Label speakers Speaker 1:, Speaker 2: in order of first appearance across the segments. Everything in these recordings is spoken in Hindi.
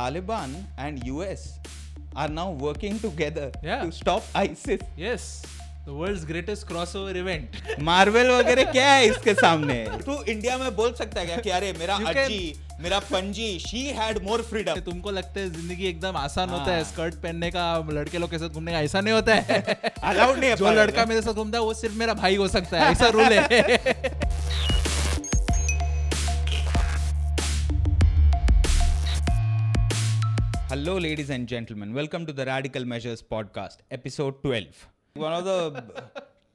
Speaker 1: Taliban and US are now working together
Speaker 2: Yeah.
Speaker 1: to stop ISIS.
Speaker 2: Yes the world's greatest crossover event
Speaker 1: Marvel वगैरह क्या है इसके सामने तू इंडिया में बोल सकता है क्या कि अरे मेरा
Speaker 2: You can-
Speaker 1: अज्जी मेरा पंजी शी हैड मोर फ्रीडम
Speaker 2: तुमको लगता है जिंदगी एकदम आसान होता है
Speaker 1: हाँ।
Speaker 2: स्कर्ट पहनने का लड़के लोग के साथ घूमने का ऐसा नहीं होता है
Speaker 1: अलाउड नहीं है
Speaker 2: जो
Speaker 1: पर-
Speaker 2: लड़का मेरे साथ घूमता है वो सिर्फ मेरा भाई हो सकता है ऐसा रूल है
Speaker 1: Hello, ladies and gentlemen. Welcome to the Radical Measures podcast, episode 12. One of the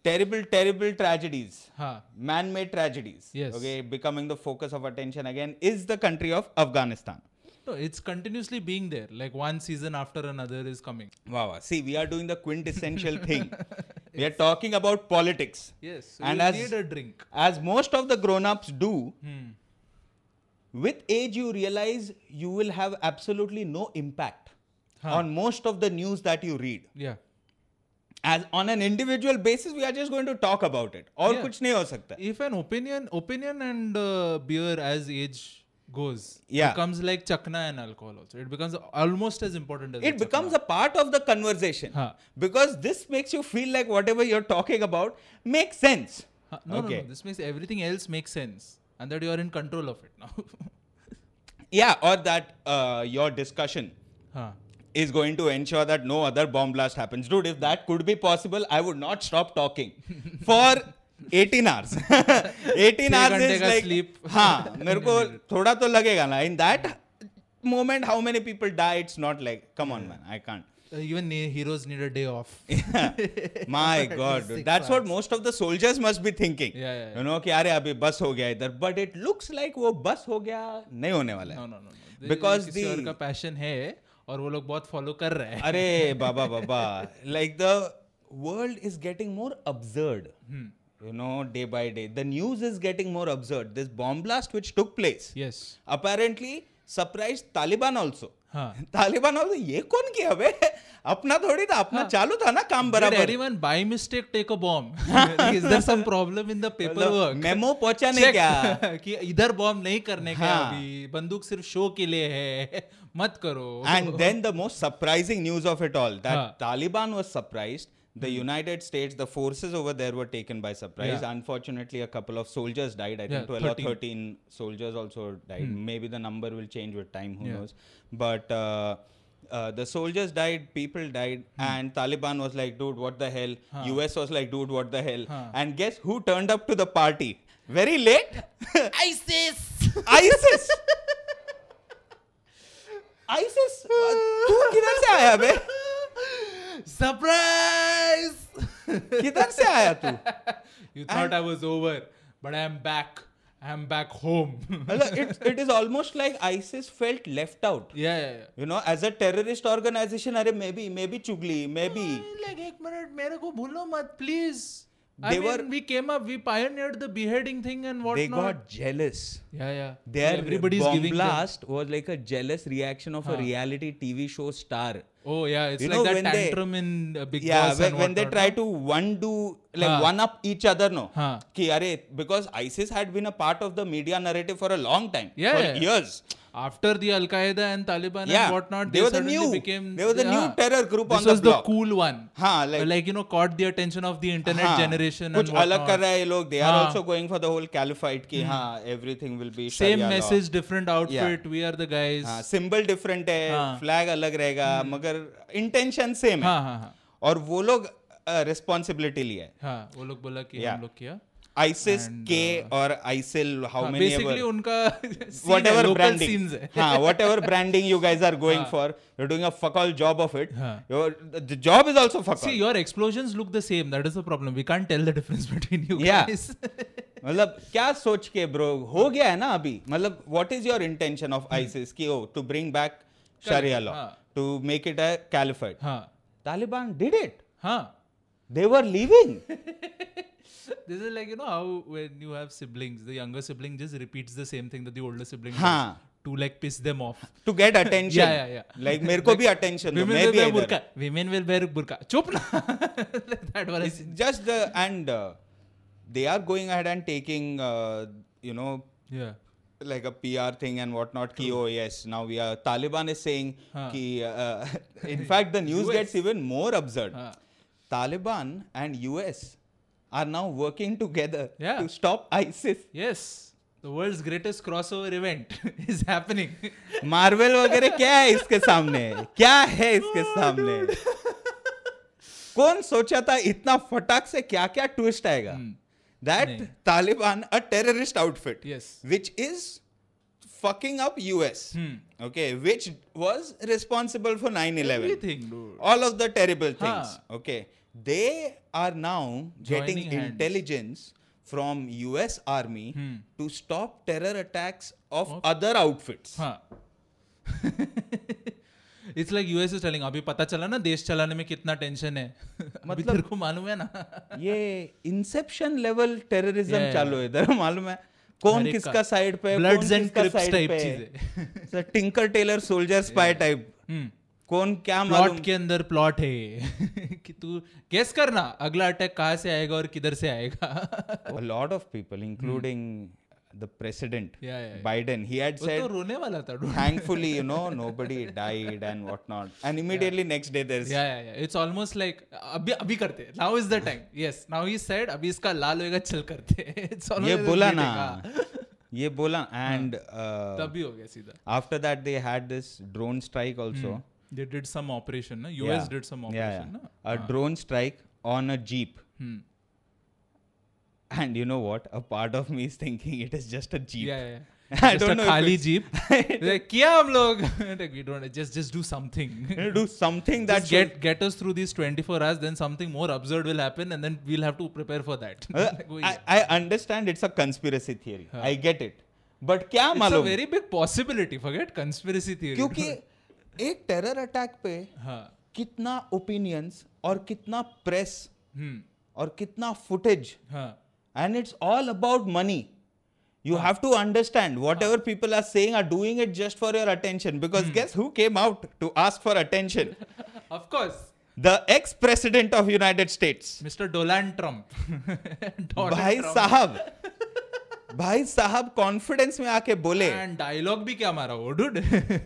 Speaker 1: terrible, terrible tragedies,
Speaker 2: हाँ
Speaker 1: man made tragedies,
Speaker 2: Yes.
Speaker 1: okay, becoming the focus of attention again, is the country of Afghanistan.
Speaker 2: No, तो it's continuously being there. Like one season after another is coming.
Speaker 1: Wow, wow. See, we are doing the quintessential thing. We are talking about politics.
Speaker 2: Yes. So
Speaker 1: And
Speaker 2: you
Speaker 1: as-
Speaker 2: need a drink.
Speaker 1: As most of the grown ups do,
Speaker 2: Hmm.
Speaker 1: with age, you realize you will have absolutely no impact on most of the news that you read.
Speaker 2: Yeah.
Speaker 1: as on an individual basis we are just going to talk about it और
Speaker 2: Yeah.
Speaker 1: कुछ नहीं हो सकता
Speaker 2: If an opinion, opinion and uh, beer as age goes,
Speaker 1: Yeah.
Speaker 2: becomes like chakna and alcohol also. It becomes almost as important as
Speaker 1: it
Speaker 2: the
Speaker 1: becomes a part of the conversation
Speaker 2: Huh.
Speaker 1: because this makes you feel like whatever you're talking about makes sense
Speaker 2: chakna. Huh, no, no,
Speaker 1: okay
Speaker 2: no. This makes everything else make sense, and that you are in control of it now.
Speaker 1: yeah or that uh, your discussion
Speaker 2: huh.
Speaker 1: is going to ensure that no other bomb blast happens dude if that could be possible i would not stop talking for 18 hours 18
Speaker 2: छह
Speaker 1: hours
Speaker 2: घंटे
Speaker 1: is
Speaker 2: का
Speaker 1: like
Speaker 2: sleep.
Speaker 1: हाँ मेरे को थोड़ा तो लगेगा ना in that moment how many people die it's not like come on man i can't
Speaker 2: Uh, even ne- heroes need a day off.
Speaker 1: my god
Speaker 2: Six
Speaker 1: dude. that's what most of the soldiers must be thinking
Speaker 2: Yeah, yeah, yeah.
Speaker 1: you know कि अरे अभी बस हो गया इधर but it looks like वो बस हो गया नहीं होने वाला
Speaker 2: No,
Speaker 1: है
Speaker 2: no, no, no.
Speaker 1: Because
Speaker 2: किसी
Speaker 1: the-
Speaker 2: और का पैशन है और वो लोग बहुत फॉलो कर रहे हैं
Speaker 1: अरे बाबा बाबा like the world is getting more absurd
Speaker 2: Hmm.
Speaker 1: you know day by day the news is getting more absurd this bomb blast which took place
Speaker 2: Yes.
Speaker 1: apparently surprised Taliban also
Speaker 2: हाँ.
Speaker 1: तालिबान also ये कौन किया बे अपना थोड़ी था अपना चालू था ना काम
Speaker 2: Did
Speaker 1: बराबर
Speaker 2: anyone by mistake take a bomb? Is there some problem in the paperwork?
Speaker 1: Memo पहुंचा नहीं
Speaker 2: Check
Speaker 1: क्या
Speaker 2: कि इधर बॉम्ब नहीं करने का है
Speaker 1: हाँ।
Speaker 2: अभी बंदूक सिर्फ शो के लिए है मत करो
Speaker 1: And then the most surprising news of it all that
Speaker 2: Huh. Hmm.
Speaker 1: Taliban was surprised. The United States, the forces over there were taken by surprise.
Speaker 2: Yeah.
Speaker 1: Unfortunately, a couple of soldiers died. I think
Speaker 2: Yeah,
Speaker 1: 12 or
Speaker 2: 13.
Speaker 1: 13 soldiers also died. Maybe the number will change with time, who
Speaker 2: Yeah.
Speaker 1: knows. But uh, uh, the soldiers died, people died,
Speaker 2: Hmm.
Speaker 1: and Taliban was like, dude, what the hell? US was like, dude, what the hell?
Speaker 2: Huh.
Speaker 1: And guess who turned up to the party? Very late?
Speaker 2: ISIS
Speaker 1: ISIS! ISIS! तू किधर से आया बे
Speaker 2: सरप्राइज
Speaker 1: किधर से आया तू
Speaker 2: you thought I was over but I am back I am back home
Speaker 1: मतलब it's it is almost like ISIS felt left out
Speaker 2: या
Speaker 1: you know as a terrorist organisation अरे मे बी मे बी चुगली मे बी
Speaker 2: लाइक एक मिनट मेरे को भूलो मत please
Speaker 1: They
Speaker 2: I
Speaker 1: were-
Speaker 2: mean we came up we pioneered the beheading thing and
Speaker 1: they
Speaker 2: whatnot
Speaker 1: got jealous
Speaker 2: Yeah, yeah.
Speaker 1: Their
Speaker 2: everybody's
Speaker 1: bomb
Speaker 2: giving them-
Speaker 1: blast was like a jealous reaction of a reality TV show star.
Speaker 2: Oh yeah, it's
Speaker 1: You
Speaker 2: like
Speaker 1: know,
Speaker 2: that
Speaker 1: when they-
Speaker 2: tantrum in uh, Big
Speaker 1: yeah,
Speaker 2: Boss
Speaker 1: when,
Speaker 2: and
Speaker 1: when they
Speaker 2: whatnot,
Speaker 1: try
Speaker 2: no?
Speaker 1: to one do like
Speaker 2: Huh.
Speaker 1: one up each other, no.
Speaker 2: Huh.
Speaker 1: Ki, are, because ISIS had been a part of the media narrative for a long time,
Speaker 2: Yeah,
Speaker 1: for
Speaker 2: yeah.
Speaker 1: years.
Speaker 2: After the Al Qaeda and Taliban
Speaker 1: Yeah,
Speaker 2: and whatnot,
Speaker 1: they
Speaker 2: they,
Speaker 1: were the
Speaker 2: suddenly
Speaker 1: new-
Speaker 2: became.
Speaker 1: they were the new
Speaker 2: Yeah.
Speaker 1: terror group
Speaker 2: this
Speaker 1: on the
Speaker 2: was
Speaker 1: block.
Speaker 2: the cool one.
Speaker 1: हाँ, like-
Speaker 2: Uh, like you know, caught the attention of the internet
Speaker 1: हाँ,
Speaker 2: generation
Speaker 1: कुछ
Speaker 2: and whatnot.
Speaker 1: अलग कर रहा है ये लोग दे आर
Speaker 2: हाँ.
Speaker 1: Also going for the whole caliphate की हाँ everything will be
Speaker 2: Same message, different outfit.
Speaker 1: Yeah.
Speaker 2: We are the guys.
Speaker 1: हाँ सिंबल डिफरेंट है
Speaker 2: हाँ.
Speaker 1: फ्लैग अलग रहेगा
Speaker 2: Hmm.
Speaker 1: मगर इंटेंशन सेम है
Speaker 2: हाँ हाँ हाँ
Speaker 1: और वो लोग uh, रिस्पॉन्सिबिलिटी लिया
Speaker 2: हाँ वो लोग बोला कि
Speaker 1: Yeah.
Speaker 2: हम लोग किया
Speaker 1: आईसिस के
Speaker 2: uh,
Speaker 1: और आईसिल
Speaker 2: हाँ,
Speaker 1: हाउ मेनी
Speaker 2: बेसिकली उनका scene है,
Speaker 1: whatever
Speaker 2: local
Speaker 1: branding
Speaker 2: scenes है
Speaker 1: हाँ, whatever branding you guys are going for you're doing a fuck all job of it
Speaker 2: हाँ.
Speaker 1: your the job is also fuck all
Speaker 2: See, your explosions look the same. That is the problem. We can't tell the difference between you
Speaker 1: Yeah.
Speaker 2: guys.
Speaker 1: मतलब क्या सोच के ब्रो हो गया है ना अभी मतलब what is your intention of ISIS की oh, oh to bring back sharia law
Speaker 2: Hmm. हाँ.
Speaker 1: To make it a caliphate
Speaker 2: हाँ
Speaker 1: तालिबान डिड इट
Speaker 2: हाँ
Speaker 1: they were living
Speaker 2: this is like you know how when you have siblings the younger sibling just repeats the same thing that the older sibling
Speaker 1: Huh.
Speaker 2: does to like piss them off
Speaker 1: to get attention
Speaker 2: Yeah, yeah, yeah.
Speaker 1: Like मेरे को भी अटेंशन दो
Speaker 2: women
Speaker 1: मैं
Speaker 2: will
Speaker 1: भी
Speaker 2: wear
Speaker 1: इधर
Speaker 2: burqa women will wear burqa chup na that one is
Speaker 1: just the and uh, they are going ahead and taking uh, you know
Speaker 2: yeah
Speaker 1: like a PR thing and whatnot. Ki, oh yes, now we are Taliban is saying. Ki, uh, in fact, the news gets even more absurd.
Speaker 2: हाँ।
Speaker 1: Taliban and US are now working together
Speaker 2: Yeah.
Speaker 1: to stop ISIS.
Speaker 2: yes the world's greatest crossover event is happening
Speaker 1: Marvel वगैरह क्या है इसके सामने क्या है इसके
Speaker 2: Oh,
Speaker 1: सामने कौन सोचा था इतना फटाक से क्या क्या ट्विस्ट आएगा दैट
Speaker 2: Hmm. नहीं।
Speaker 1: Taliban a terrorist outfit
Speaker 2: Yes.
Speaker 1: Which is fucking up US
Speaker 2: Hmm.
Speaker 1: Okay which was responsible for nine eleven
Speaker 2: everything dude
Speaker 1: all of the terrible things
Speaker 2: Huh.
Speaker 1: okay they are now getting
Speaker 2: Joining hands. Hmm.
Speaker 1: intelligence from us army to stop terror attacks of other outfits
Speaker 2: हाँ it's like US is telling अभी पता चला ना देश चलाने में कितना टेंशन है अभी
Speaker 1: मतलब-
Speaker 2: तेरे को मालूम है ना
Speaker 1: ये inception level terrorism
Speaker 2: Yeah, yeah.
Speaker 1: चालू है इधर मालूम है कौन
Speaker 2: हर एक
Speaker 1: किसका
Speaker 2: का।
Speaker 1: साइड पे है,
Speaker 2: Bloods
Speaker 1: कौन
Speaker 2: and
Speaker 1: किसका
Speaker 2: Crips
Speaker 1: side
Speaker 2: type
Speaker 1: पे है।
Speaker 2: चीजें। Hmm.
Speaker 1: So, Tinker Tailor Soldier Spy type कौन क्या मालूम
Speaker 2: प्लॉट के अंदर प्लॉट है ये। कि तू गेस करना अगला अटैक कहाँ से आएगा और किधर से आएगा
Speaker 1: a lot of people including the president
Speaker 2: Hmm. Yeah, yeah, yeah.
Speaker 1: biden he had
Speaker 2: वो
Speaker 1: said
Speaker 2: तो रोने वाला था dude.
Speaker 1: thankfully you know nobody died and whatnot and immediately next day there's
Speaker 2: या या इट्स ऑलमोस्ट लाइक अभी अभी करते हैं now is the time yes now he said अभी इसका लाल होएगा चल करते हैं इट्स
Speaker 1: ये
Speaker 2: ऑलमोस्ट
Speaker 1: बोला ना
Speaker 2: ah.
Speaker 1: ये बोला and uh,
Speaker 2: हाँ, तभी हो गया सीधा
Speaker 1: after that they had this drone strike also
Speaker 2: they did some operation na us
Speaker 1: Yeah.
Speaker 2: Hmm. did some
Speaker 1: Yeah,
Speaker 2: operation
Speaker 1: yeah.
Speaker 2: na
Speaker 1: a drone strike on a jeep
Speaker 2: hmm.
Speaker 1: and you know what a part of me is thinking it is just a jeep
Speaker 2: yeah yeah
Speaker 1: I
Speaker 2: Just
Speaker 1: don't
Speaker 2: a
Speaker 1: know if
Speaker 2: खाली जीप like क्या हम लोग like we don't just just do something
Speaker 1: You know, do something that
Speaker 2: just get get us through these 24 hours then something more absurd will happen and then we'll have to prepare for that
Speaker 1: should- Uh,
Speaker 2: Like, वही
Speaker 1: I,
Speaker 2: है.
Speaker 1: I understand it's a conspiracy theory I get it but क्या
Speaker 2: हाँ. it's a
Speaker 1: मालूम
Speaker 2: very big possibility forget conspiracy theory
Speaker 1: क्योंकि एक टेरर अटैक पे
Speaker 2: हाँ
Speaker 1: कितना ओपिनियंस और कितना प्रेस
Speaker 2: hmm
Speaker 1: और कितना फुटेज
Speaker 2: हाँ
Speaker 1: and it's all about money you have to understand
Speaker 2: हाँ.
Speaker 1: whatever people are saying are doing it just for your attention
Speaker 2: Hmm.
Speaker 1: because guess who came out to ask for attention
Speaker 2: of course
Speaker 1: the ex president of united states
Speaker 2: Mr. Donald Trump Donald
Speaker 1: bhai
Speaker 2: Trump.
Speaker 1: sahab भाई साहब कॉन्फिडेंस में आके बोले
Speaker 2: and dialogue भी क्या मारा वो dude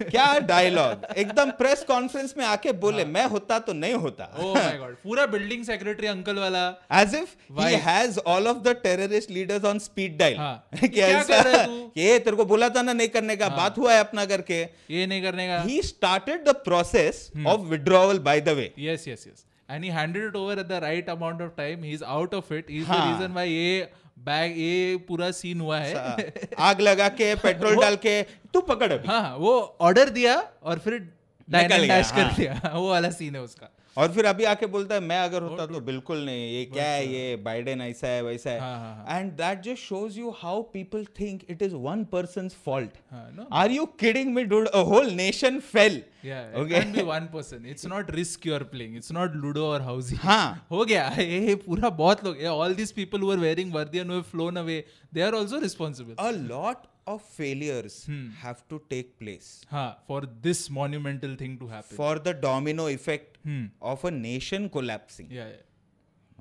Speaker 1: क्या डायलॉग एकदम प्रेस कॉन्फ्रेंस में आके बोले मैं होता तो नहीं होता
Speaker 2: हाँ। oh my god पूरा बिल्डिंग सेक्रेटरी अंकल वाला
Speaker 1: As if he
Speaker 2: Why?
Speaker 1: has all of the terrorist leaders on speed dial.
Speaker 2: हाँ।
Speaker 1: कि
Speaker 2: क्या
Speaker 1: ऐसा-
Speaker 2: कर रहा है तू? हाँ।
Speaker 1: कि ये तेरे को बोला था ना नहीं करने का बात हुआ है अपना करके
Speaker 2: ये नहीं करने का
Speaker 1: he started the process
Speaker 2: हम्म।
Speaker 1: of withdrawal by the way
Speaker 2: yes yes yes and he handed it over at the right amount of time he's out of it he's the
Speaker 1: हाँ.
Speaker 2: reason why ये बैग ये पूरा सीन हुआ है
Speaker 1: आ, आग लगा के पेट्रोल डाल के तू पकड़ अभी
Speaker 2: हाँ वो ऑर्डर दिया और फिर
Speaker 1: निकल गया,
Speaker 2: डैश कर
Speaker 1: हाँ.
Speaker 2: दिया वो वाला सीन है उसका
Speaker 1: और फिर अभी आके बोलता है मैं अगर होता तो बिल्कुल नहीं ये क्या है ये बाइडेन ऐसा है वैसा
Speaker 2: तो हाँ, हाँ,
Speaker 1: है and that just shows you how people think it is one person fault
Speaker 2: हाँ, no.
Speaker 1: Are you kidding me dude a whole nation fail
Speaker 2: Yeah, it
Speaker 1: Okay.
Speaker 2: can't be one person. It's not risk you're playing. It's not Ludo or Housey.
Speaker 1: हाँ.
Speaker 2: हो गया ये ये पूरा बहुत लोग all these people who are wearing वर्दी and who have flown away they are also responsible
Speaker 1: a lot of failures
Speaker 2: Hmm.
Speaker 1: have to take place
Speaker 2: हां for this monumental thing to happen
Speaker 1: for the domino effect
Speaker 2: Hmm.
Speaker 1: of a nation collapsing
Speaker 2: या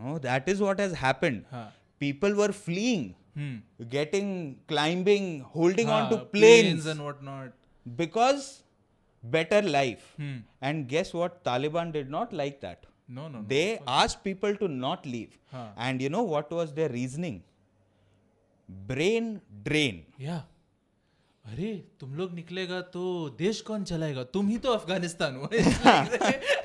Speaker 1: Oh, that is what has happened.
Speaker 2: Huh.
Speaker 1: People were fleeing,
Speaker 2: Hmm.
Speaker 1: getting, climbing, holding on to
Speaker 2: हाँ,
Speaker 1: planes,
Speaker 2: and what not.
Speaker 1: because better life.
Speaker 2: Hmm.
Speaker 1: And guess what? Taliban did not like that.
Speaker 2: No, Oh, no, no.
Speaker 1: They asked people to not leave.
Speaker 2: Huh.
Speaker 1: And you know what was their reasoning? Brain drain.
Speaker 2: Yeah. अरे तुम लोग निकलेगा तो देश कौन चलाएगा तुम ही तो अफगानिस्तान हो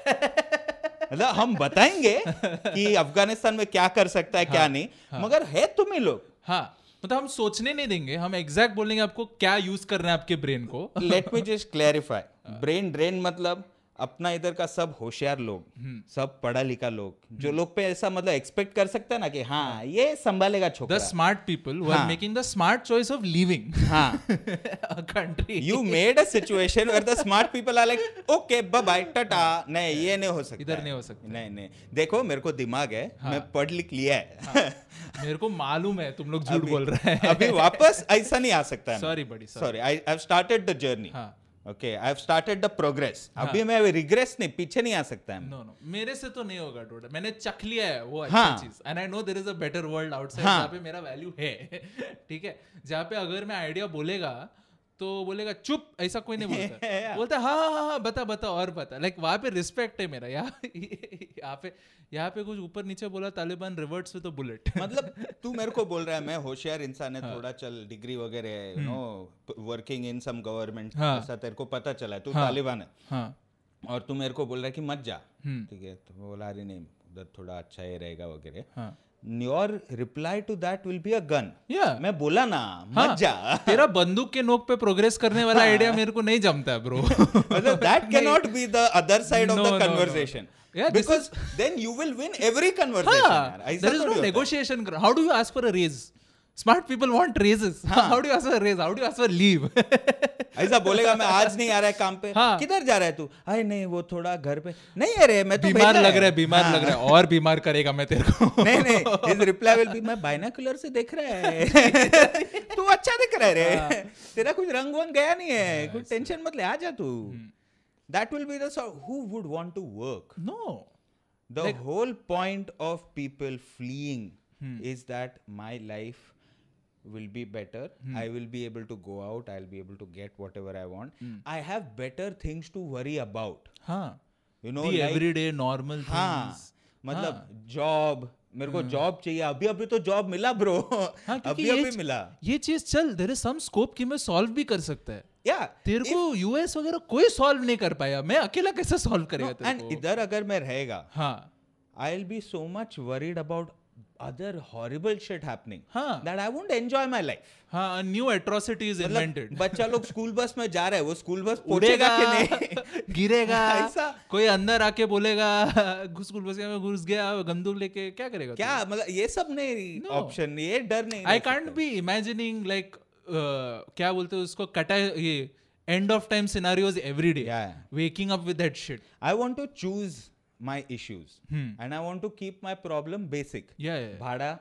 Speaker 1: मतलब हम बताएंगे कि अफगानिस्तान में क्या कर सकता है क्या नहीं मगर है तुम्हें लोग
Speaker 2: हाँ मतलब हम सोचने नहीं देंगे हम एग्जैक्ट बोलेंगे आपको क्या यूज करना है आपके ब्रेन को
Speaker 1: लेट मी जस्ट
Speaker 2: हाँ।
Speaker 1: क्लैरिफाई ब्रेन ड्रेन मतलब अपना इधर का सब होशियार
Speaker 2: हम्म।
Speaker 1: लोग सब पढ़ा लिखा लोग जो लोग पे ऐसा मतलब एक्सपेक्ट कर सकता है ना कि हाँ ये संभालेगा
Speaker 2: the
Speaker 1: छोकरा
Speaker 2: smart people who are
Speaker 1: हाँ.
Speaker 2: making the smart choice of leaving
Speaker 1: हाँ
Speaker 2: a country.
Speaker 1: You made a situation where the smart people are like okay bye bye tata नहीं ये नहीं हो सकता
Speaker 2: इधर
Speaker 1: है।
Speaker 2: नहीं हो सकता हाँ।
Speaker 1: नहीं नहीं देखो मेरे को दिमाग है मैं पढ़ लिख लिया है
Speaker 2: मेरे को मालूम है तुम लोग हाँ। झूठ
Speaker 1: अभी-
Speaker 2: बोल रहे हैं
Speaker 1: अभी वापस ऐसा नहीं आ सकता है
Speaker 2: Sorry, buddy, sorry.
Speaker 1: Sorry I have started the journey
Speaker 2: हाँ
Speaker 1: okay i have started the progress अभी मैं regress नहीं पीछे नहीं आ सकता है
Speaker 2: नो नो मेरे से तो नहीं होगा टोटल मैंने चख लिया है वो अच्छी
Speaker 1: हाँ।
Speaker 2: चीज and I know there is a better world outside
Speaker 1: हाँ।
Speaker 2: जहाँ पे मेरा वैल्यू है ठीक है जहाँ पे अगर मैं आइडिया बोलेगा तो बोलेगा चुप ऐसा कोई नहीं बोलता
Speaker 1: Yeah.
Speaker 2: बोलता हाँ हाँ हाँ हाँ बता बता और बता लाइक वहाँ पे रिस्पेक्ट है मेरा यहाँ यहाँ पे यहाँ पे कुछ ऊपर नीचे बोला Taliban reverts with a bullet
Speaker 1: मतलब तू मेरे को बोल रहा है मैं होशियार इंसान है
Speaker 2: हाँ.
Speaker 1: थोड़ा चल डिग्री वगैरह है you know working in some government
Speaker 2: hmm. हाँ।
Speaker 1: ऐसा तेरे को पता चला है तू तालिबान है
Speaker 2: हाँ हम्म.
Speaker 1: और तू मेरे को बोल रहा है कि मत जा ठीक है तो मैं बोला अरे नहीं उधर थोड़ा अच्छा ही रहेगा वगैरह
Speaker 2: हाँ
Speaker 1: your reply to that will be a gun
Speaker 2: या
Speaker 1: मैं बोला ना
Speaker 2: हाँ.
Speaker 1: मत जा
Speaker 2: तेरा बंदूक के नोक पे प्रोग्रेस करने वाला आइडिया मेरे को नहीं जमता है ब्रो
Speaker 1: हाँ। मतलब that cannot be the other side of
Speaker 2: No,
Speaker 1: the
Speaker 2: no, no.
Speaker 1: conversation
Speaker 2: Yeah, this
Speaker 1: because then you will win every conversation
Speaker 2: हाँ,
Speaker 1: यार ऐसा
Speaker 2: there is
Speaker 1: थोड़ी
Speaker 2: no
Speaker 1: होता है।
Speaker 2: negotiation. How do you ask for a raise? Smart people want raises. How do you ask for a raise? How do you ask for leave?
Speaker 1: ऐसा बोलेगा मैं आज नहीं आ रहा है काम पे
Speaker 2: हाँ।
Speaker 1: किधर जा रहा है तू अरे नहीं वो थोड़ा घर पे नहीं अरे मैं तो
Speaker 2: बीमार
Speaker 1: भेजा
Speaker 2: लग रहा है बीमार लग रहा है और बीमार करेगा मैं तेरे को
Speaker 1: नहीं नहीं his reply will be मैं binocular से देख रहा है तू अच्छा दिख रहा है रे
Speaker 2: हाँ।
Speaker 1: तेरा कुछ रंग वंग गया नहीं है कुछ टेंशन मत ले आ जा तू
Speaker 2: हम्म।
Speaker 1: that will be the sort who would want to work
Speaker 2: No.
Speaker 1: the whole point of people fleeing
Speaker 2: Hmm.
Speaker 1: is that my life will be better
Speaker 2: Hmm.
Speaker 1: i will be able to go out i'll be able to get whatever i want
Speaker 2: Hmm.
Speaker 1: i have better things to worry about
Speaker 2: हाँ.
Speaker 1: you know
Speaker 2: The
Speaker 1: like
Speaker 2: everyday normal
Speaker 1: हाँ
Speaker 2: things. हाँ.
Speaker 1: मतलब जॉब मेरे को जॉब चाहिए अभी अभी तो जॉब मिला ब्रो
Speaker 2: हाँ, क्योंकि
Speaker 1: अभी
Speaker 2: ये
Speaker 1: अभी
Speaker 2: च-
Speaker 1: मिला
Speaker 2: ये चीज चल देर इज सम स्कोप कि मैं सॉल्व भी कर सकता है
Speaker 1: या
Speaker 2: तेरे को यूएस वगैरह कोई सॉल्व नहीं कर पाया मैं अकेला कैसे सॉल्व करेगा तेरे
Speaker 1: एंड
Speaker 2: को
Speaker 1: इधर अगर मैं रहेगा
Speaker 2: हाँ
Speaker 1: I will be so much worried about other horrible shit happening
Speaker 2: हाँ
Speaker 1: that I won't enjoy my life
Speaker 2: हाँ न्यू एट्रोसिटी इज इन्वेंटेड
Speaker 1: मतलब बच्चा लोग स्कूल बस में जा रहा है वो स्कूल बस
Speaker 2: उड़ेगा
Speaker 1: पहुंचेगा कि नहीं
Speaker 2: गिरेगा
Speaker 1: ऐसा?
Speaker 2: कोई अंदर आके बोलेगा घुस घुस गया मैं घुस गया गंदूक लेके क्या करेगा
Speaker 1: क्या मतलब ये सब नहीं
Speaker 2: No.
Speaker 1: ऑप्शन ये डर नहीं
Speaker 2: आई
Speaker 1: रह
Speaker 2: can't be imagining like uh, क्या बोलते हैं उसको कटा ये end of time scenarios every day
Speaker 1: Yeah.
Speaker 2: Waking up with that shit
Speaker 1: सकता। I want to choose my issues
Speaker 2: Hmm.
Speaker 1: and I want to keep my problem basic.
Speaker 2: या या
Speaker 1: भाड़ा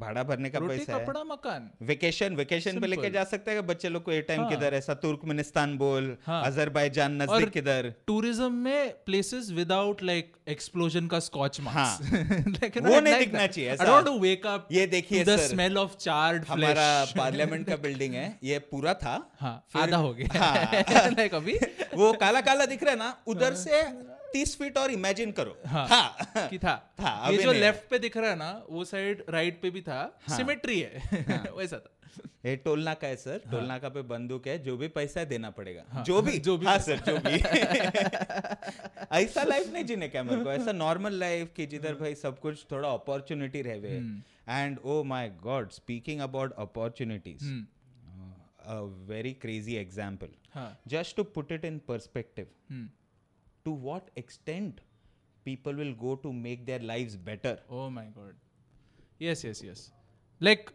Speaker 1: भाड़ा भरने का
Speaker 2: हाँ। रोटी
Speaker 1: पैसा है
Speaker 2: कपड़ा मकान
Speaker 1: वेकेशन वेकेशन पे लेके
Speaker 2: Simple.
Speaker 1: जा सकते हैं कि बच्चे लोग को ए टाइम किधर ऐसा तुर्कमेनिस्तान बोल
Speaker 2: हाँ।
Speaker 1: अजरबैजान
Speaker 2: और-
Speaker 1: नजदीक किधर
Speaker 2: टूरिज्म में प्लेसेस विदाउट लाइक एक्सप्लोजन का स्कॉच मार्क्स लाइक
Speaker 1: हाँ। वो नहीं दिखना चाहिए,
Speaker 2: आई
Speaker 1: ऐसा।
Speaker 2: डोंट वेक अप
Speaker 1: ये देखिए,
Speaker 2: the
Speaker 1: sir,
Speaker 2: smell of charred
Speaker 1: हमारा पार्लियामेंट का बिल्डिंग है ये पूरा था
Speaker 2: हाँ
Speaker 1: फिर-
Speaker 2: आधा हो गया
Speaker 1: हाँ।
Speaker 2: लाइक अभी
Speaker 1: वो काला काला दिख रहा है ना उधर से तीस फीट और इमेजिन करो
Speaker 2: हाँ।
Speaker 1: हाँ।
Speaker 2: कि था
Speaker 1: था,
Speaker 2: ये
Speaker 1: अभी
Speaker 2: जो
Speaker 1: नहीं है। हाँ।
Speaker 2: लेफ्ट पे दिख रहा है ना वो साइड राइट पे भी था सिमेट्री है वैसा था
Speaker 1: ये टोल नाका है सर
Speaker 2: हाँ।
Speaker 1: टोल नाका पे बंदूक है जो भी पैसा है देना पड़ेगा जो भी
Speaker 2: जो भी
Speaker 1: हाँ सर जो भी ऐसा लाइफ नहीं जीने का मेरे को ऐसा नॉर्मल लाइफ कि जिधर
Speaker 2: हम्म।
Speaker 1: भाई सब कुछ थोड़ा अपॉर्चुनिटी रहे oh and oh my god speaking about opportunities
Speaker 2: hmm.
Speaker 1: A very crazy example
Speaker 2: हाँ hmm.
Speaker 1: Just to put it in perspective to what extent people will go to make their lives better
Speaker 2: oh my god yes yes yes like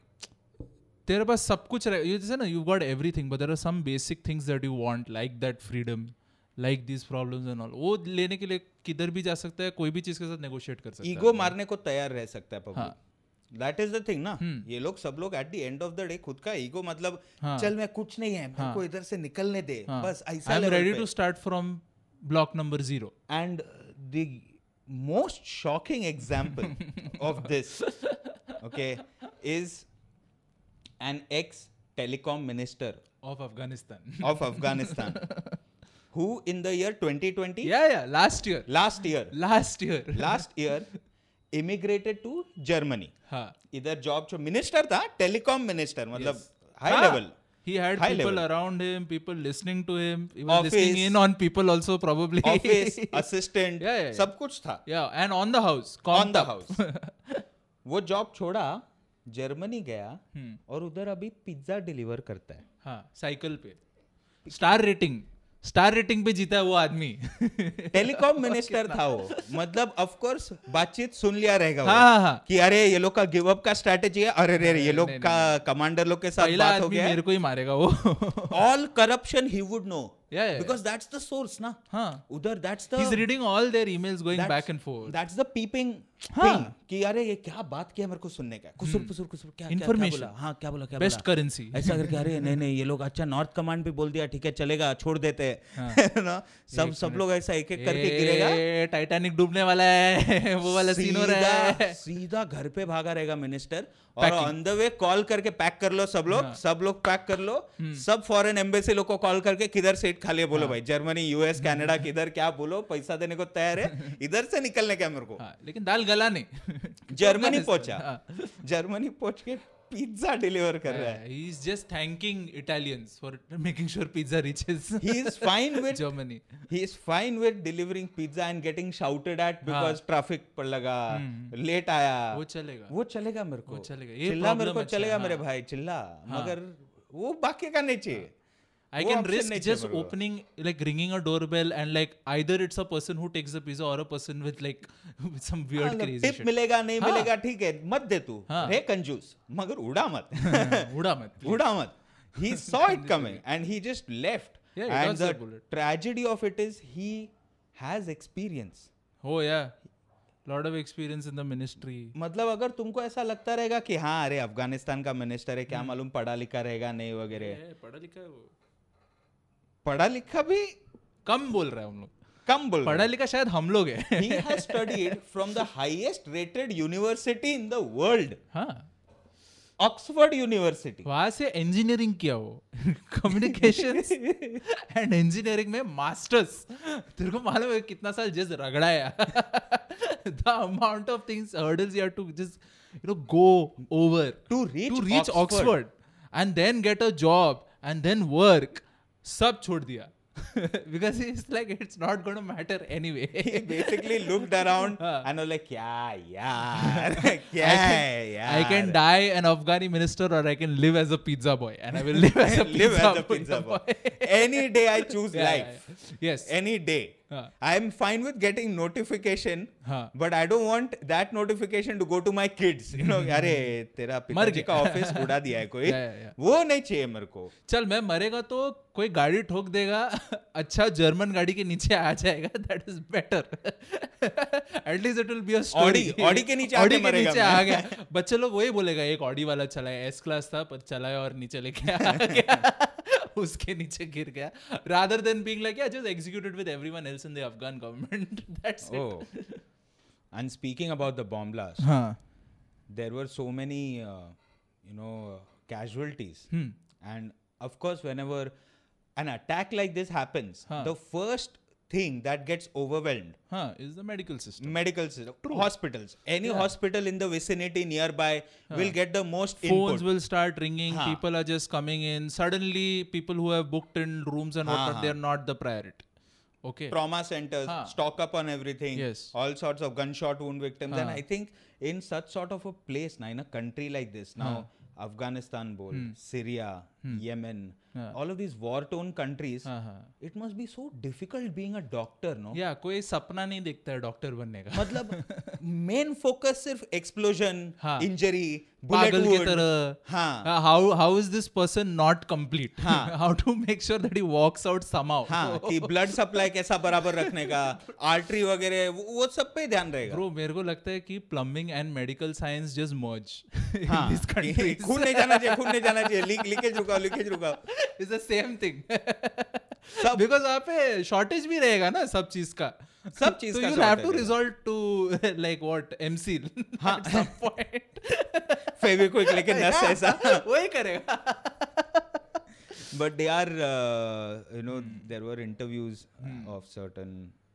Speaker 2: तेरे पास सब कुछ रहे यू जैसे ना you got everything but there are some basic things that you want like that freedom like these problems and all वो लेने के लिए किधर भी जा सकता है कोई भी चीज के साथ नेगोशिएट कर सकता है
Speaker 1: ईगो मारने को तैयार रह सकता है public that is the thing ना ये लोग सब लोग at the end of the day खुद का ईगो मतलब
Speaker 2: हाँ।
Speaker 1: चल मैं कुछ नहीं है मेरे को इधर से निकलने दे बस ऐसा
Speaker 2: I am ready to start from block number zero
Speaker 1: and the most shocking example of this okay is an ex telecom minister
Speaker 2: of Afghanistan
Speaker 1: of Afghanistan who in the year 2020
Speaker 2: या या last year
Speaker 1: last year
Speaker 2: last year
Speaker 1: last year immigrated to Germany
Speaker 2: हाँ
Speaker 1: इधर जॉब जो मिनिस्टर था टेलीकॉम मिनिस्टर मतलब हाई
Speaker 2: हाँ,
Speaker 1: level
Speaker 2: He had
Speaker 1: High
Speaker 2: people
Speaker 1: level.
Speaker 2: around him, people listening to him. He was
Speaker 1: Office.
Speaker 2: listening in on people also probably.
Speaker 1: Office assistant
Speaker 2: Yeah, yeah, yeah.
Speaker 1: सब कुछ था
Speaker 2: yeah, and on the house.
Speaker 1: On
Speaker 2: comped
Speaker 1: the
Speaker 2: up.
Speaker 1: House वो जॉब छोड़ा जर्मनी गया
Speaker 2: Hmm.
Speaker 1: और उधर अभी पिज्जा डिलीवर करता है
Speaker 2: हाँ, cycle पे. Star rating. Star rating पे जीता है वो आदमी.
Speaker 1: टेलीकॉम मिनिस्टर था वो मतलब ऑफ कोर्स बातचीत सुन लिया रहेगा
Speaker 2: हाँ, हाँ,
Speaker 1: वो
Speaker 2: हाँ।
Speaker 1: कि अरे ये लोग का गिव अप का स्ट्रेटजी है अरे रे ये लोग का कमांडर लोग के साथ
Speaker 2: पहला
Speaker 1: बात हो
Speaker 2: आदमी
Speaker 1: गया
Speaker 2: मेरे को ही मारेगा वो.
Speaker 1: All corruption he would know
Speaker 2: Yeah, yeah, yeah.
Speaker 1: Because that's the source ना
Speaker 2: हाँ.
Speaker 1: उधर दैट्स
Speaker 2: He's
Speaker 1: द
Speaker 2: reading all their emails going
Speaker 1: That's-
Speaker 2: back and forth.
Speaker 1: that's the peeping
Speaker 2: हाँ।
Speaker 1: ping कि अरे ये क्या बात किया मेरे को सुनने का कुसुर कुसुर कुसुर क्या क्या- क्या
Speaker 2: Hmm. Information.
Speaker 1: बोला हाँ क्या बोला क्या
Speaker 2: बेस्ट
Speaker 1: बोला?
Speaker 2: करेंसी
Speaker 1: ऐसा करके अरे नहीं नहीं ये लोग अच्छा नॉर्थ कमांड भी बोल दिया ठीक है चलेगा छोड़ देते
Speaker 2: हाँ।
Speaker 1: हैं ना सब सब लोग ऐसा एक एक करके गिरेगा
Speaker 2: टाइटैनिक डूबने वाला है वो वाला सीन हो रहा
Speaker 1: सीधा-
Speaker 2: है
Speaker 1: सीधा घर पे भागा रहेगा मिनिस्टर और ऑन द वे कॉल करके पैक कर लो सब
Speaker 2: हाँ।
Speaker 1: लोग सब लोग पैक कर लो
Speaker 2: Hmm.
Speaker 1: सब फॉरेन एम्बेसी लोग को कॉल करके किधर सीट खाली है
Speaker 2: हाँ।
Speaker 1: बोलो भाई जर्मनी यूएस कनाडा किधर क्या बोलो पैसा देने को तैयार है इधर से निकलने का है मेरे को
Speaker 2: हाँ, लेकिन दाल गला नहीं
Speaker 1: जर्मनी पहुंचा
Speaker 2: हाँ।
Speaker 1: जर्मनी पहुंच के पिज्जा डिलीवर कर रहा है
Speaker 2: He is Uh, just thanking Italians for making sure pizza reaches
Speaker 1: he is fine with
Speaker 2: Germany.
Speaker 1: he is fine with delivering pizza and getting shouted at because traffic पर लगा लेट आया
Speaker 2: हाँ. हम्म. वो चलेगा।
Speaker 1: वो चलेगा मेरे को
Speaker 2: वो चलेगा। ये
Speaker 1: चिल्ला मेरे
Speaker 2: problem
Speaker 1: को
Speaker 2: अच्छा है,
Speaker 1: चलेगा
Speaker 2: हाँ।
Speaker 1: मेरे भाई चिल्ला मगर वो बाकी का नहीं चाहिए
Speaker 2: हाँ. I
Speaker 1: वो
Speaker 2: can
Speaker 1: option
Speaker 2: risk
Speaker 1: नहीं
Speaker 2: just
Speaker 1: चाहिए मेरे को।
Speaker 2: opening, like ringing a doorbell, and like either it's a person who takes the pizza or a person with like with some
Speaker 1: हाँ,
Speaker 2: weird
Speaker 1: मतलब
Speaker 2: crazy
Speaker 1: टिप
Speaker 2: shit.
Speaker 1: मिलेगा नहीं
Speaker 2: हाँ।
Speaker 1: मिलेगा ठीक है मत दे तू
Speaker 2: हाँ।
Speaker 1: रे कंजूस मगर उड़ा मत
Speaker 2: उड़ा मत.
Speaker 1: उड़ा मत he saw it coming and he just left
Speaker 2: Yeah, it
Speaker 1: and
Speaker 2: was
Speaker 1: the
Speaker 2: a bullet.
Speaker 1: tragedy of it is he has experience
Speaker 2: Oh yeah, lot of experience in the ministry.
Speaker 1: मतलब अगर तुमको ऐसा लगता रहेगा कि हाँ अरे अफगानिस्तान का मिनिस्टर है
Speaker 2: Hmm.
Speaker 1: क्या मालूम पढ़ा लिखा रहेगा नहीं वगैरह
Speaker 2: पढ़ा लिखा है वो.
Speaker 1: पढ़ा लिखा भी
Speaker 2: कम बोल रहा है हम लोग.
Speaker 1: कम बोल
Speaker 2: पढ़ा लिखा शायद हम लोग हैं.
Speaker 1: ही has studied from the highest rated university in the world
Speaker 2: हाँ.
Speaker 1: ऑक्सफोर्ड यूनिवर्सिटी
Speaker 2: वहाँ से इंजीनियरिंग किया वो कम्युनिकेशन एंड इंजीनियरिंग में मास्टर्स तेरे को मालूम है कितना साल just रगड़ाया the amount of things hurdles you have to just you know go over
Speaker 1: To reach
Speaker 2: to reach
Speaker 1: Oxford.
Speaker 2: Oxford and then get a job and then work सब छोड़ दिया because it's like it's not gonna matter
Speaker 1: he
Speaker 2: anyway
Speaker 1: basically looked around
Speaker 2: हाँ.
Speaker 1: and was like क्या यार क्या
Speaker 2: I can,
Speaker 1: यार
Speaker 2: I can die an Afghani minister or I can live as a pizza boy. And I will live as a pizza,
Speaker 1: live as a
Speaker 2: boy,
Speaker 1: pizza boy
Speaker 2: Yeah,
Speaker 1: any day I choose
Speaker 2: yeah,
Speaker 1: life
Speaker 2: yeah. Yes.
Speaker 1: any day.
Speaker 2: Huh.
Speaker 1: I'm fine with getting notification,
Speaker 2: Huh.
Speaker 1: but I don't want that notification to go to my kids. You know, अरे तेरा पिताजी
Speaker 2: गया।
Speaker 1: का ऑफिस उड़ा दिया है कोई
Speaker 2: Yeah, yeah, yeah.
Speaker 1: वो नहीं चाहिए मेरे को
Speaker 2: चल मैं मरेगा तो कोई गाड़ी ठोक देगा अच्छा जर्मन गाड़ी के नीचे आ जाएगा that is better at least it will be a story
Speaker 1: Audi- Audi के नीचे आके
Speaker 2: ऑडी के
Speaker 1: मरेगा
Speaker 2: नीचे
Speaker 1: मैं।
Speaker 2: आ गया बच्चे लोग वही बोलेगा एक ऑडी वाला चलाया एस क्लास था पर चलाया और नीचे लेके आ गया उसके नीचे गिर गया rather than being like just executed with everyone else in the Afghan government that's it
Speaker 1: Oh. And speaking about the bomb blast,
Speaker 2: हां
Speaker 1: there were so many, uh, you know, casualties.
Speaker 2: Hmm.
Speaker 1: And of course, whenever an attack like this happens,
Speaker 2: Huh.
Speaker 1: the first thing that gets overwhelmed
Speaker 2: हां is the medical system
Speaker 1: medical system, hospitals. Any hospital in the vicinity nearby will get the most
Speaker 2: phones
Speaker 1: input.
Speaker 2: will start ringing
Speaker 1: हाँ.
Speaker 2: people are just coming in suddenly people who have booked in rooms and
Speaker 1: हाँ,
Speaker 2: whatnot
Speaker 1: हाँ.
Speaker 2: they're not the priority okay
Speaker 1: Trauma centers
Speaker 2: हाँ.
Speaker 1: stock up on everything.
Speaker 2: Yes.
Speaker 1: All sorts of gunshot wound victims. And
Speaker 2: हाँ.
Speaker 1: I think in such sort of a place, now in a country like this, now Afghanistan, bol,
Speaker 2: Hmm.
Speaker 1: Syria, Yemen, all of these war-torn countries,
Speaker 2: हाँ, हाँ.
Speaker 1: it must be so difficult being a doctor, no?
Speaker 2: या कोई सपना नहीं देखता है डॉक्टर बनने का
Speaker 1: मतलब मेन फोकस सिर्फ एक्सप्लोजन
Speaker 2: हाँ.
Speaker 1: इंजरी बुलेट
Speaker 2: पागल की तरह
Speaker 1: हाँ
Speaker 2: how how is this person not complete
Speaker 1: हाँ.
Speaker 2: How to make sure that he walks out
Speaker 1: हाँ
Speaker 2: समाउ
Speaker 1: कि ब्लड सप्लाई कैसा बराबर रखने का आर्टरी वगैरह वो, वो सब पे ध्यान रहेगा
Speaker 2: ब्रो मेरे को लगता है कि plumbing and medical science just मर्ज
Speaker 1: हाँ
Speaker 2: दिस
Speaker 1: कि
Speaker 2: कंट्री
Speaker 1: खून नहीं जाना चाहिए खून नहीं जाना चाहिए लीक लीकेज रुकाओ लीकेज रुकाओ
Speaker 2: is the same thing because वहाँ पे शॉर्टेज भी रहेगा ना सब चीज का तो
Speaker 1: सब चीज का
Speaker 2: यू हैव टू
Speaker 1: shortage है।
Speaker 2: Resolve to like what MC
Speaker 1: हाँ.
Speaker 2: एट सम पॉइंट
Speaker 1: फेविक्विक लेके नस ऐसा
Speaker 2: वही करेगा
Speaker 1: but they are uh, you know
Speaker 2: Hmm.
Speaker 1: there were interviews uh, of certain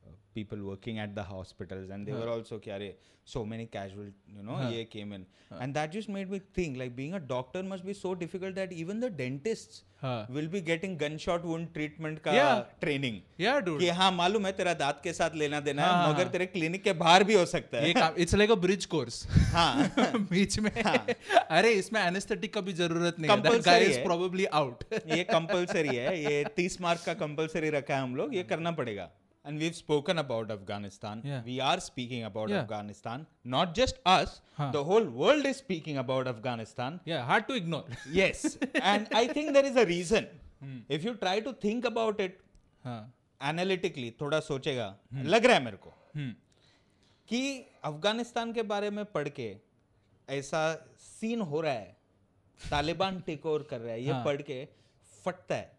Speaker 1: uh, people working at the hospitals and they were also carry so many casual you know yeah came in and that just made me think like being a doctor must be so difficult that even the dentists
Speaker 2: Huh.
Speaker 1: will be getting gunshot wound treatment ka
Speaker 2: हाँ। Yeah.
Speaker 1: training
Speaker 2: Yeah, dude.
Speaker 1: कि हाँ मालूम है तेरा दांत के साथ लेना देना
Speaker 2: हाँ,
Speaker 1: है
Speaker 2: हाँ,
Speaker 1: मगर
Speaker 2: हाँ।
Speaker 1: तेरे क्लिनिक के बाहर भी हो सकता
Speaker 2: ये
Speaker 1: है
Speaker 2: काम it's like a bridge course
Speaker 1: हाँ
Speaker 2: बीच में अरे इसमें एनेस्थेटिक का भी जरूरत नहीं हाँ। है दैट
Speaker 1: Compulsory
Speaker 2: गाय इज
Speaker 1: है।
Speaker 2: प्रोबब्ली आउट
Speaker 1: ये कंपलसरी है ये तीस मार्क का कंपलसरी रखा है हम लोग ये करना पड़ेगा and we spoken about Afghanistan
Speaker 2: Yeah.
Speaker 1: We are speaking about
Speaker 2: Yeah.
Speaker 1: Afghanistan not just us
Speaker 2: हाँ.
Speaker 1: The whole world is speaking about Afghanistan
Speaker 2: या hard to ignore
Speaker 1: yes and i think there is a reason
Speaker 2: Hmm.
Speaker 1: if you try to think about it
Speaker 2: हां Hmm. हम्म।
Speaker 1: analytically थोड़ा सोचेगा लग रहा है मेरे को कि अफगानिस्तान के बारे में पढ़ के ऐसा सीन हो रहा है तालिबान टेक ओवर कर रहा है ये
Speaker 2: हाँ।
Speaker 1: पढ़ के फटता है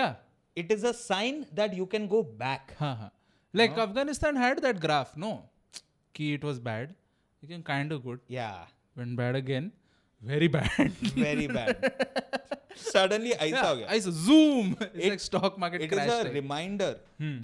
Speaker 2: या
Speaker 1: it is a sign that you can go back
Speaker 2: हाँ हाँ like Afghanistan had that graph no कि इट वाज बैड लेकिन kind of good
Speaker 1: yeah
Speaker 2: went bad again very bad
Speaker 1: very bad suddenly aisa ho gaya.
Speaker 2: I zoom it's like stock market
Speaker 1: it is
Speaker 2: crash
Speaker 1: a
Speaker 2: type. Hmm.
Speaker 1: reminder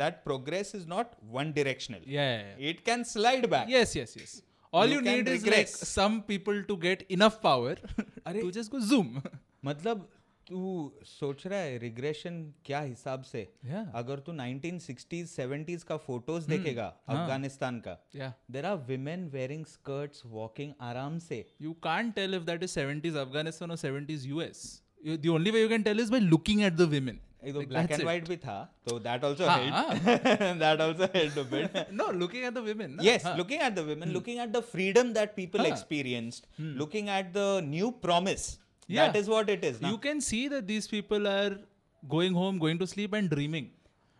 Speaker 1: that progress is not one directional
Speaker 2: yeah, yeah, yeah.
Speaker 1: it can slide back
Speaker 2: Yes, yes, yes. All
Speaker 1: You
Speaker 2: you,
Speaker 1: can
Speaker 2: need is like
Speaker 1: regress.
Speaker 2: some people to get enough power to just go zoom.
Speaker 1: मतलब तू सोच रहा है रिग्रेशन क्या हिसाब से
Speaker 2: Yeah. Hmm.
Speaker 1: अगर तू 1960s 70s का फोटोज देखेगा
Speaker 2: हाँ.
Speaker 1: अफगानिस्तान का
Speaker 2: yeah.
Speaker 1: There are women wearing skirts walking आराम से
Speaker 2: You can't tell if that is 70s Afghanistan or 70s US. You, the only way you can tell is by looking at the women.
Speaker 1: एकदम
Speaker 2: Like,
Speaker 1: black
Speaker 2: that's
Speaker 1: and
Speaker 2: it.
Speaker 1: White भी था तो दैट ऑल्सो
Speaker 2: हाँ,
Speaker 1: help that also help a bit
Speaker 2: No, हाँ. Hmm. looking at the women. na?
Speaker 1: yes
Speaker 2: Huh.
Speaker 1: looking at the women looking at the freedom that people
Speaker 2: Huh.
Speaker 1: experienced looking at the new promise
Speaker 2: Hmm. Yeah.
Speaker 1: that is what it is now
Speaker 2: You can see that these people are going home, going to sleep, and dreaming.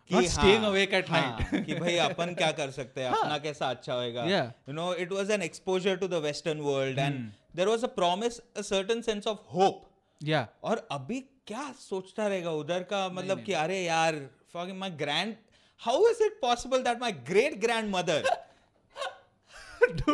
Speaker 1: कि
Speaker 2: Not
Speaker 1: हाँ,
Speaker 2: staying awake at
Speaker 1: हाँ,
Speaker 2: night.
Speaker 1: कि भाई अपन क्या कर सकते हैं अपना कैसा अच्छा होएगा
Speaker 2: Yeah. Hmm.
Speaker 1: you know it was an exposure to the western world and there was a promise a certain sense of hope
Speaker 2: yeah.
Speaker 1: और अभी क्या सोचता रहेगा उधर का मतलब कि अरे यार fucking my grand how is it possible that my great grandmother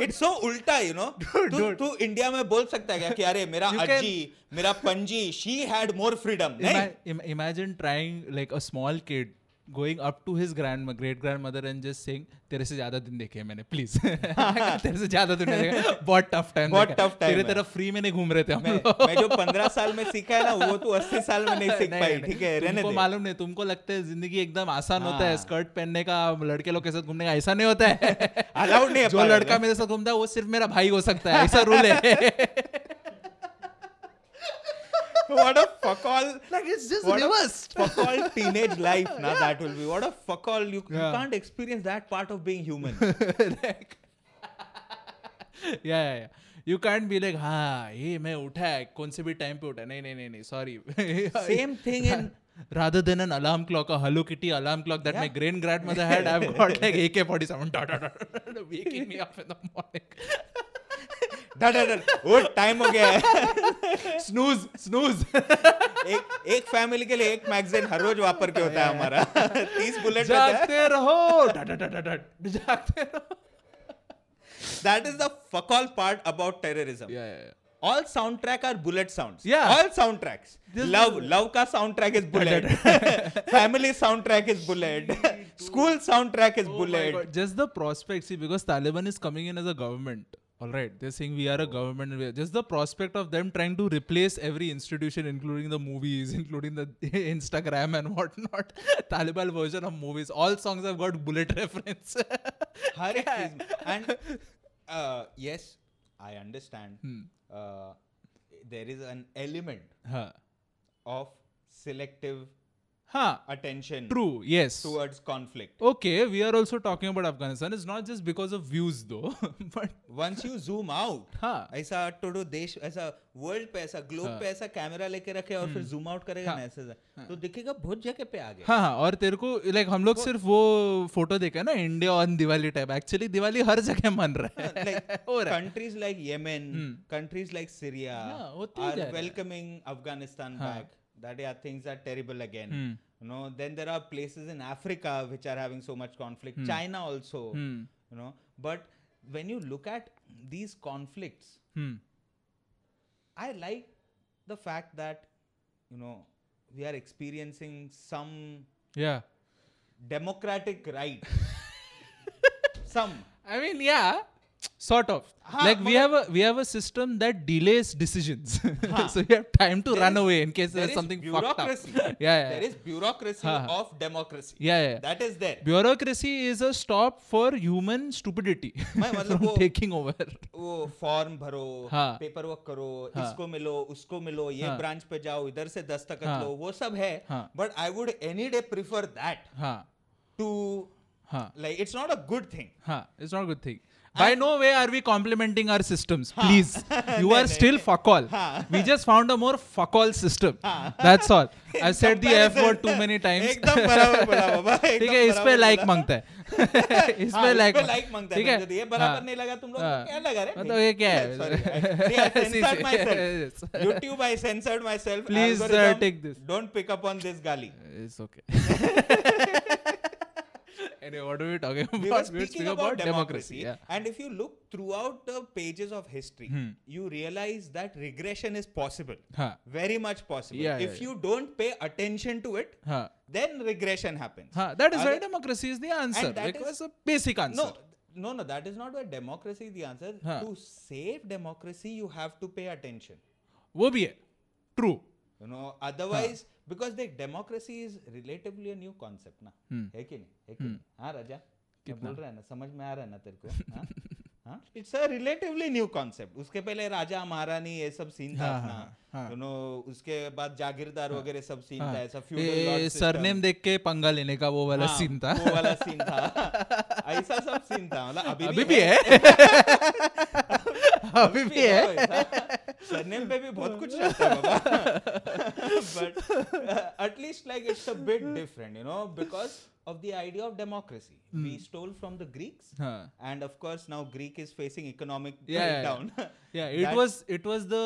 Speaker 1: it's so उल्टा यू नो तू तू इंडिया में बोल सकता है क्या कि अरे मेरा
Speaker 2: You can-
Speaker 1: अज्जी मेरा पंजी शी हैड मोर फ्रीडम नहीं
Speaker 2: Ima- im- imagine trying like a small kid going up to his grandma great grandmother and just saying तेरे से ज्यादा दिन देखे हैं मैंने प्लीज तेरे से ज्यादा दिन देखे बहुत टफ टाइम
Speaker 1: बहुत tough time
Speaker 2: तेरे
Speaker 1: है।
Speaker 2: तरफ फ्री में नहीं घूम रहे थे हम
Speaker 1: मैं
Speaker 2: लोग
Speaker 1: मैं जो पंद्रह साल में सीखा है ना वो तू अस्सी साल में नहीं सीख
Speaker 2: नहीं,
Speaker 1: पाई
Speaker 2: नहीं,
Speaker 1: ठीक है रहने
Speaker 2: तुमको
Speaker 1: दे
Speaker 2: मालूम नहीं तुमको लगता है जिंदगी एकदम आसान होता है
Speaker 1: हाँ।
Speaker 2: स्कर्ट पहनने का लड़के लोग के साथ घूमने का ऐसा नहीं होता है
Speaker 1: Allowed नहीं है
Speaker 2: जो
Speaker 1: पर-
Speaker 2: लड़का मेरे साथ घूमता है वो सिर्फ मेरा भाई हो सकता है ऐसा रूल है
Speaker 1: what a fuck all
Speaker 2: like it's just
Speaker 1: What a fuck all teenage life now that will be what a fuck all you, you
Speaker 2: Yeah.
Speaker 1: can't experience that part of being human
Speaker 2: like, yeah, yeah, yeah. You can't be like, हाँ ये मैं उठा है कौन से भी टाइम पे उठा है." नहीं नहीं नहीं नहीं sorry
Speaker 1: Same thing in-
Speaker 2: rather than an alarm clock a hello kitty alarm clock that my
Speaker 1: Yeah.
Speaker 2: great grandmother had i've got like ak47 dot dot dot waking me up in the morning
Speaker 1: डर डर डर वो टाइम हो गया है
Speaker 2: snooze snooze
Speaker 1: एक एक फैमिली के लिए एक मैगजीन हर रोज वापर के होता है हमारा तीस बुलेट होता है
Speaker 2: जागते रहो dot dot dot dot dot जागते रहो
Speaker 1: that is the fuck all part about terrorism
Speaker 2: yeah yeah, yeah.
Speaker 1: all soundtrack are bullet sounds
Speaker 2: Yeah.
Speaker 1: all soundtracks
Speaker 2: This-
Speaker 1: love love ka soundtrack is bullet family soundtrack is bullet school soundtrack is
Speaker 2: Oh my
Speaker 1: bullet
Speaker 2: God. Just the prospect, see, because Taliban is coming in as a government. All right, they're saying we are a government. and we are- Just the prospect of them trying to replace every institution, including the movies, including the Instagram and whatnot. Taliban version of movies. All songs have got bullet reference.
Speaker 1: हर एक चीज में. and uh, yes i understand
Speaker 2: Hmm.
Speaker 1: uh, there is an element
Speaker 2: huh.
Speaker 1: of selective
Speaker 2: Huh.
Speaker 1: attention
Speaker 2: True. Yes.
Speaker 1: towards conflict
Speaker 2: Okay, we are also talking about Afghanistan. It's not just because of views, though, but
Speaker 1: once you zoom out
Speaker 2: हाँ.
Speaker 1: ऐसा टोटो देश ऐसा वर्ल्ड पे ऐसा ग्लोब पे ऐसा कैमरा लेके रखे और फिर जूम आउट करेगा ना ऐसे से, तो दिखेगा बहुत जगह पे आ गया
Speaker 2: हम्म। हाँ हाँ और तेरे को लाइक हम लोग सिर्फ वो फोटो देखा है ना India on Diwali type actually Diwali हर जगह मन रहा है हो रहा है हम्म।
Speaker 1: Countries like Yemen countries like Syria
Speaker 2: हाँ, होते ही जा हाँ।
Speaker 1: आर
Speaker 2: रहे हैं।
Speaker 1: Welcoming Afghanistan back that yeah things are terrible again
Speaker 2: हम्म।
Speaker 1: you know then there are places in africa which are having so much conflict
Speaker 2: हम्म।
Speaker 1: china also you know but when you look at these conflicts
Speaker 2: हम्म,
Speaker 1: I like the fact that you know we are experiencing some
Speaker 2: yeah
Speaker 1: democratic right. some
Speaker 2: I mean yeah sort of
Speaker 1: हाँ,
Speaker 2: like we have a we have a system that delays decisions so you have time to
Speaker 1: हाँ. There
Speaker 2: run
Speaker 1: is-
Speaker 2: away in case
Speaker 1: there
Speaker 2: there's
Speaker 1: is
Speaker 2: something fucked up
Speaker 1: bureaucracy.
Speaker 2: yeah yeah
Speaker 1: There is bureaucracy
Speaker 2: हाँ, हाँ.
Speaker 1: of democracy.
Speaker 2: yeah, yeah.
Speaker 1: That is there.
Speaker 2: bureaucracy is a stop for human stupidity
Speaker 1: मैं मतलब
Speaker 2: from
Speaker 1: वो-
Speaker 2: taking over
Speaker 1: वो फॉर्म भरो
Speaker 2: हाँ.
Speaker 1: पेपर वर्क करो
Speaker 2: हाँ.
Speaker 1: इसको मिलो उसको मिलो ये
Speaker 2: हाँ.
Speaker 1: ब्रांच पे जाओ इधर से दस्तखत
Speaker 2: हाँ.
Speaker 1: लो वो सब है
Speaker 2: हाँ.
Speaker 1: But I would any day prefer that
Speaker 2: हाँ
Speaker 1: टू
Speaker 2: हाँ
Speaker 1: like it's not a good thing
Speaker 2: हाँ it's not a good thing By no way are we complimenting our systems. Please. You are still fuck all. We just found a more fuck all system. That's all. I said the F word too many times.
Speaker 1: एकदम बराबर बोला बाबा
Speaker 2: ठीक
Speaker 1: एकदम
Speaker 2: है इस पे
Speaker 1: बराबर
Speaker 2: लाइक
Speaker 1: बोला।
Speaker 2: मांगता है इस
Speaker 1: हाँ,
Speaker 2: पे
Speaker 1: इस
Speaker 2: लाइक
Speaker 1: पे like मांगता है
Speaker 2: ठीक है
Speaker 1: बंदे। तो ये बराबर
Speaker 2: हाँ।
Speaker 1: नहीं लगा तुम लोग
Speaker 2: हाँ।
Speaker 1: क्या लगा रहे
Speaker 2: मतलब ये क्या है?
Speaker 1: Sorry, I- see, I
Speaker 2: See,
Speaker 1: censored
Speaker 2: see.
Speaker 1: myself.
Speaker 2: Yes.
Speaker 1: YouTube, I censored myself.
Speaker 2: Please, uh,
Speaker 1: Algorithm,
Speaker 2: take this.
Speaker 1: Don't pick up on this gali.
Speaker 2: It's okay. anyway, what are we talking about?
Speaker 1: We were speaking about, democracy,
Speaker 2: Yeah. Hmm.
Speaker 1: and if you look throughout the pages of history, you realize that regression is possible,
Speaker 2: Huh.
Speaker 1: very much possible.
Speaker 2: Yeah, yeah,
Speaker 1: if you don't pay attention to it,
Speaker 2: Huh.
Speaker 1: then regression happens.
Speaker 2: Huh. हाँ, That is why
Speaker 1: Other-
Speaker 2: democracy is the answer.
Speaker 1: that
Speaker 2: Like,
Speaker 1: is-
Speaker 2: was a basic answer.
Speaker 1: No, no, no. That is not why democracy is the answer.
Speaker 2: Huh.
Speaker 1: To save democracy, you have to pay attention.
Speaker 2: वो भी है. True.
Speaker 1: You know, otherwise, because the democracy is relatively a new concept, ना
Speaker 2: Hmm.
Speaker 1: है कि नहीं है कि नहीं हाँ राजा मैं बोल रहा है ना समझ में आ रहा है ना तेरे को it's a relatively new concept उसके पहले राजा महारानी ये सब सीन था
Speaker 2: हाँ,
Speaker 1: अपना
Speaker 2: हाँ,
Speaker 1: यू नो उसके बाद जागीरदार वगैरह सब सीन था ऐसा
Speaker 2: ये
Speaker 1: फ्यूडल
Speaker 2: सरनेम देख के पंगा लेने का वो वाला सीन था
Speaker 1: हाँ, वो वाला सीन था ऐसा सब सीन था मतलब अभी,
Speaker 2: अभी भी है अभी भी है
Speaker 1: सरनेम पे भी बहुत कुछ रहता है बाबा uh, but at least like it's a bit different you know because of the idea of democracy
Speaker 2: Hmm.
Speaker 1: We stole from the Greeks
Speaker 2: हाँ
Speaker 1: and of course now greek is facing economic
Speaker 2: Yeah, yeah, yeah.
Speaker 1: breakdown
Speaker 2: Yeah, it
Speaker 1: That-
Speaker 2: was it was the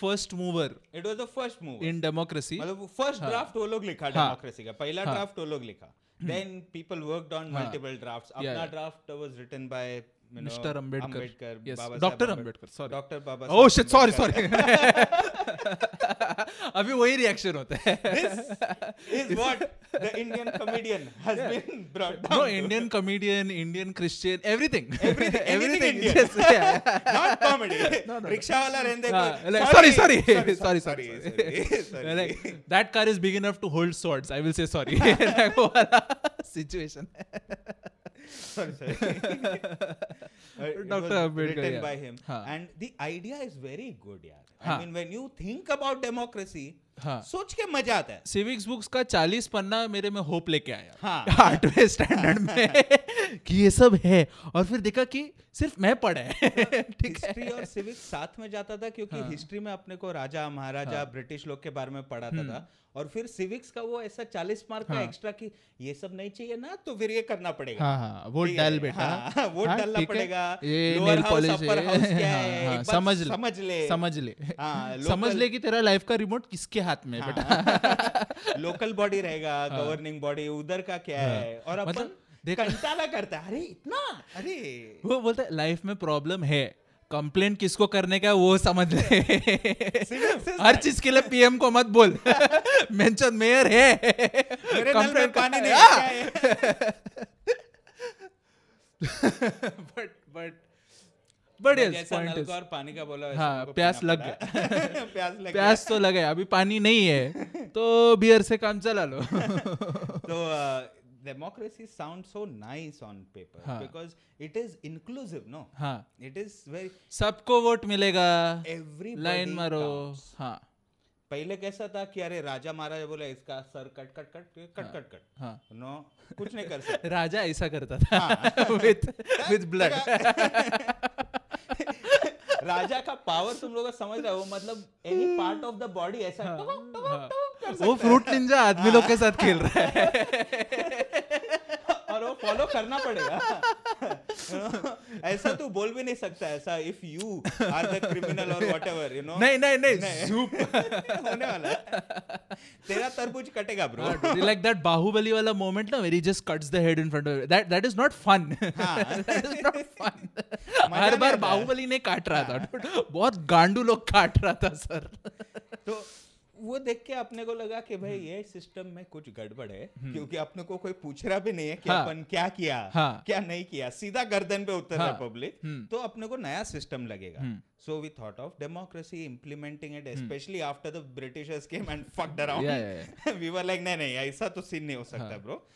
Speaker 2: first mover
Speaker 1: it was the first move
Speaker 2: in democracy.
Speaker 1: मतलब वो first draft वो लोग लिखा democracy का पहला
Speaker 2: हाँ.
Speaker 1: draft वो लोग लिखा then people worked on multiple drafts
Speaker 2: Yeah,
Speaker 1: अपना
Speaker 2: yeah.
Speaker 1: draft was written by you know,
Speaker 2: Mr. Ambedkar. Yes,
Speaker 1: Baba
Speaker 2: Dr.
Speaker 1: Saheb
Speaker 2: Ambedkar, sorry.
Speaker 1: Dr. Baba
Speaker 2: Oh
Speaker 1: Saheb
Speaker 2: shit! Sorry,
Speaker 1: Ambedkar.
Speaker 2: sorry. अभी वही रिएक्शन होता है.
Speaker 1: This is what the Indian comedian has been brought down
Speaker 2: No,
Speaker 1: to.
Speaker 2: Indian comedian, Indian Christian, everything.
Speaker 1: Everything, everything Indian.
Speaker 2: Yes, yeah.
Speaker 1: Not comedy. Rickshaw wala रहने को-
Speaker 2: हाँ, like, sorry, sorry,
Speaker 1: sorry,
Speaker 2: sorry,
Speaker 1: sorry,
Speaker 2: sorry,
Speaker 1: sorry, sorry.
Speaker 2: Like, that car is big enough to hold swords. I will say sorry. Like, वो वाला situation.
Speaker 1: Sorry, sorry. Uh, it
Speaker 2: Dr.
Speaker 1: was
Speaker 2: Ambedkar,
Speaker 1: written
Speaker 2: yeah.
Speaker 1: by him.
Speaker 2: Huh.
Speaker 1: And the idea is very good, yaar. I
Speaker 2: Huh.
Speaker 1: mean, when you think about democracy,
Speaker 2: हाँ.
Speaker 1: सोच के मजा आता है.
Speaker 2: सिविक्स बुक्स का 40 पन्ना मेरे में होप लेके आया
Speaker 1: हाँ.
Speaker 2: आठवें स्टैंडर्ड में कि ये सब है और फिर देखा कि सिर्फ मैं पढ़ा है ठीक है हाँ।
Speaker 1: हिस्ट्री और सिविक्स साथ में जाता था क्योंकि हिस्ट्री में अपने को राजा महाराजा ब्रिटिश लोग के बारे में पढ़ाता
Speaker 2: हम्म।
Speaker 1: था और फिर सिविक्स का वो ऐसा 40 मार्क का एक्स्ट्रा कि ये सब नहीं चाहिए ना तो फिर ये करना पड़ेगा
Speaker 2: हाँ हाँ वोट
Speaker 1: ठीक है,
Speaker 2: डाल बेटा
Speaker 1: हाँ, वोट
Speaker 2: हाँ,
Speaker 1: डालना
Speaker 2: ठीक है।
Speaker 1: पड़ेगा
Speaker 2: ये
Speaker 1: Lower
Speaker 2: nail
Speaker 1: house,
Speaker 2: polish
Speaker 1: upper house क्या है, एक बार
Speaker 2: हाँ, समझ ले
Speaker 1: समझ ले।
Speaker 2: समझ ले
Speaker 1: हाँ,
Speaker 2: समझ
Speaker 1: local-
Speaker 2: ले कि तेरा लाइफ का रिमोट किसके हाथ में है बेटा
Speaker 1: लोकल बॉडी हाँ। रहेगा गवर्निंग बॉडी उधर का क्या है और अपन
Speaker 2: हाँ। मतलब देखा-
Speaker 1: कंटाला करता है अरे इतना अरे
Speaker 2: वो बोलता है लाइफ में प्रॉब्लम है कंप्लेंट किसको करने का है, वो समझ ले
Speaker 1: Civics is
Speaker 2: हर चीज के लिए पीएम को मत बोल मेंशन मेयर है
Speaker 1: मेरे नल में
Speaker 2: Complaint
Speaker 1: पानी
Speaker 2: कर-
Speaker 1: नहीं
Speaker 2: हाँ।
Speaker 1: क्या है?
Speaker 2: बट बट बट यस
Speaker 1: जैसा
Speaker 2: पॉइंट
Speaker 1: नल
Speaker 2: इज
Speaker 1: का और पानी का बोला
Speaker 2: हाँ, प्यास लग
Speaker 1: गया प्यास लग गया
Speaker 2: प्यास तो लगा है, अभी पानी नहीं है तो बियर से काम चला लो
Speaker 1: so uh, democracy sounds so nice on paper
Speaker 2: हाँ.
Speaker 1: because it is inclusive no
Speaker 2: हाँ
Speaker 1: it is very
Speaker 2: सबको वोट मिलेगा
Speaker 1: Everybody
Speaker 2: लाइन मारो
Speaker 1: counts.
Speaker 2: हाँ
Speaker 1: पहले कैसा था कि अरे राजा महाराजा बोला इसका सर cut cut cut cut cut cut
Speaker 2: हाँ
Speaker 1: नो कुछ नहीं कर सकते
Speaker 2: राजा ऐसा करता
Speaker 1: हाँ।
Speaker 2: था विथ विथ ब्लड
Speaker 1: राजा का पावर तुम लोग समझ रहे हो मतलब any part of the body ऐसा
Speaker 2: हाँ।
Speaker 1: टुक, टुक, टुक कर
Speaker 2: वो फ्रूट निंजा आदमी लोग के साथ खेल रहा है
Speaker 1: सकता- और वो फॉलो करना पड़ेगा ऐसा तू बोल भी नहीं सकता ऐसा if you are the criminal और व्हाटएवर यू नो
Speaker 2: नहीं नहीं नहीं जूप
Speaker 1: होने वाला है। तेरा तरबूज कटेगा ब्रो
Speaker 2: हाँ, like that bahubali wala moment na where he just cuts the head in front of that that is not fun that is not fun
Speaker 1: हाँ। मजा
Speaker 2: हर
Speaker 1: नहीं
Speaker 2: बार
Speaker 1: आता हाँ। है।
Speaker 2: बाहुबली ने काट रहा था dude. बहुत गांडू लोग काट रहा था सर
Speaker 1: तो वो देख के अपने को लगा कि भाई ये सिस्टम में कुछ गड़बड़ है क्योंकि अपने को कोई पूछ रहा भी नहीं है कि
Speaker 2: हम्म। हाँ।
Speaker 1: अपन क्या किया
Speaker 2: हाँ।
Speaker 1: क्या नहीं किया सीधा गर्दन पे उतर रहा
Speaker 2: हाँ। हम्म।
Speaker 1: पब्लिक तो अपने को नया सिस्टम लगेगा so we thought of democracy implementing it specially after the Britishers came and fucked
Speaker 2: Yeah, yeah, hmm.
Speaker 1: Around we were like नहीं नहीं ऐसा तो सीन नहीं हो सकता
Speaker 2: हाँ।
Speaker 1: ब्रो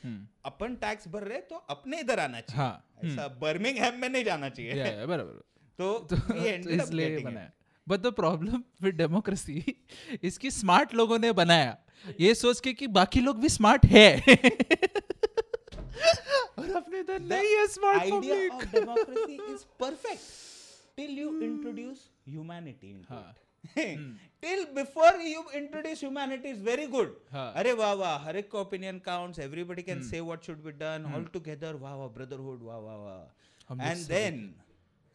Speaker 1: अपन टैक्स भर रहे तो अपने इधर आना चाहिए
Speaker 2: हाँ,
Speaker 1: ऐसा बर्मिंगहम में नहीं जाना चाहिए
Speaker 2: Yeah, yeah, बराबर
Speaker 1: तो we
Speaker 2: तो
Speaker 1: ended up
Speaker 2: इसलिए
Speaker 1: getting it.
Speaker 2: बनाया but the problem with democracy इसकी स्मार्ट लोगों ने बनाया ये सोच के कि बाकी लोग भी स्मार्ट है पर अपने इधर तो नहीं है smart
Speaker 1: idea
Speaker 2: public
Speaker 1: of democracy is perfect till you introduce humanity into
Speaker 2: Hmm। हाँ.
Speaker 1: it. till before you introduce humanity is very good
Speaker 2: हाँ.
Speaker 1: अरे वाह वाह हर एक का opinion counts everybody can
Speaker 2: Hmm.
Speaker 1: say what should be done all together वाह वाह brotherhood वाह वाह वाह
Speaker 2: हम लोग
Speaker 1: and
Speaker 2: सब-
Speaker 1: then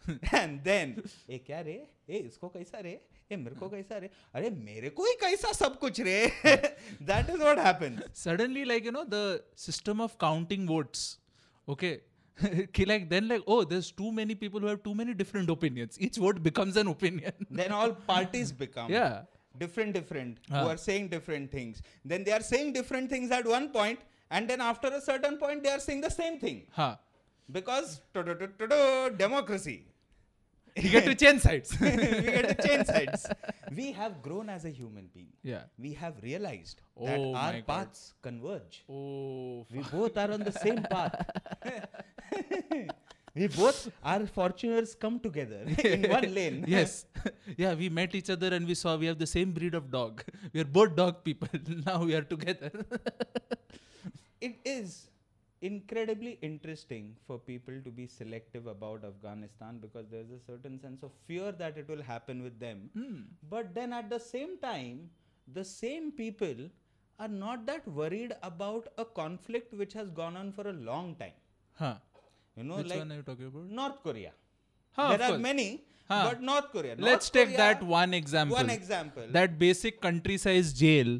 Speaker 1: and then ए क्या रे ए इसको कैसा रे ए मेरे को कैसा रे अरे मेरे को ही कैसा सब कुछ रे that is what happens
Speaker 2: suddenly like you know the system of counting votes okay Ki like then like oh there's too many people who have too many different opinions each vote becomes an opinion
Speaker 1: then all parties become
Speaker 2: Yeah.
Speaker 1: different different
Speaker 2: Ah.
Speaker 1: who are saying different things then they are saying different things at one point and then after a certain point they are saying the same thing
Speaker 2: huh
Speaker 1: because tu-du-du-du-du, democracy
Speaker 2: you get to change sides
Speaker 1: we get to change sides we have grown as a human being
Speaker 2: yeah
Speaker 1: we have realized that
Speaker 2: Oh
Speaker 1: our
Speaker 2: my God.
Speaker 1: paths converge
Speaker 2: oh
Speaker 1: we both are on the same path we both our fortuners come together in one lane
Speaker 2: yes yeah we met each other and we saw we have the same breed of dog we are both dog people now we are together
Speaker 1: it is incredibly interesting for people to be selective about afghanistan because there's a certain sense of fear that it will happen with them
Speaker 2: Hmm.
Speaker 1: but then at the same time the same people are not that worried about a conflict which has gone on for a long time
Speaker 2: huh
Speaker 1: you know
Speaker 2: which
Speaker 1: like
Speaker 2: one are you talking about
Speaker 1: north korea
Speaker 2: Huh, of
Speaker 1: there are
Speaker 2: course.
Speaker 1: many
Speaker 2: Huh.
Speaker 1: but north korea
Speaker 2: let's
Speaker 1: North
Speaker 2: take
Speaker 1: Korea-
Speaker 2: that one example
Speaker 1: one example
Speaker 2: that basic country size jail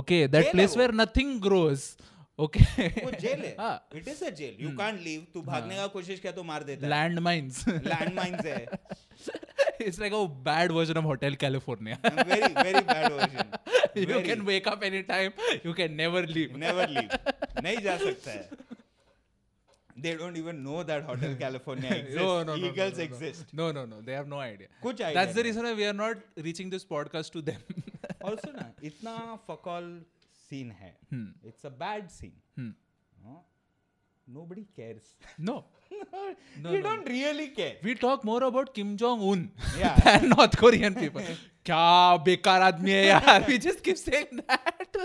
Speaker 2: okay that
Speaker 1: Jail Oh, है
Speaker 2: place
Speaker 1: वो।
Speaker 2: where nothing grows okay Ah,
Speaker 1: वो जेल है
Speaker 2: हाँ, Hmm.
Speaker 1: It is a jail you can't leave तू भागने का कोशिश किया तो मार देता है
Speaker 2: land mines
Speaker 1: लैंड माइंस है
Speaker 2: it's like a bad version of hotel california
Speaker 1: very very bad version
Speaker 2: you
Speaker 1: Very.
Speaker 2: can wake up anytime you can never leave
Speaker 1: never leave नहीं जा सकता है they don't even know that hotel california exists
Speaker 2: no, no, no,
Speaker 1: eagles
Speaker 2: no, no,
Speaker 1: exist
Speaker 2: No. no, no, no. They have no idea.
Speaker 1: कुछ idea
Speaker 2: That's the
Speaker 1: नहीं।
Speaker 2: reason why we are not reaching this podcast to them.
Speaker 1: also ना इतना फकॉल सीन है
Speaker 2: Hmm.
Speaker 1: It's a bad scene हाँ? nobody cares
Speaker 2: no. No,
Speaker 1: you
Speaker 2: no.
Speaker 1: don't really care
Speaker 2: We talk more about Kim Jong Un
Speaker 1: Yeah.
Speaker 2: than North Korean people. क्या बेकार आदमी है यार we just keep saying that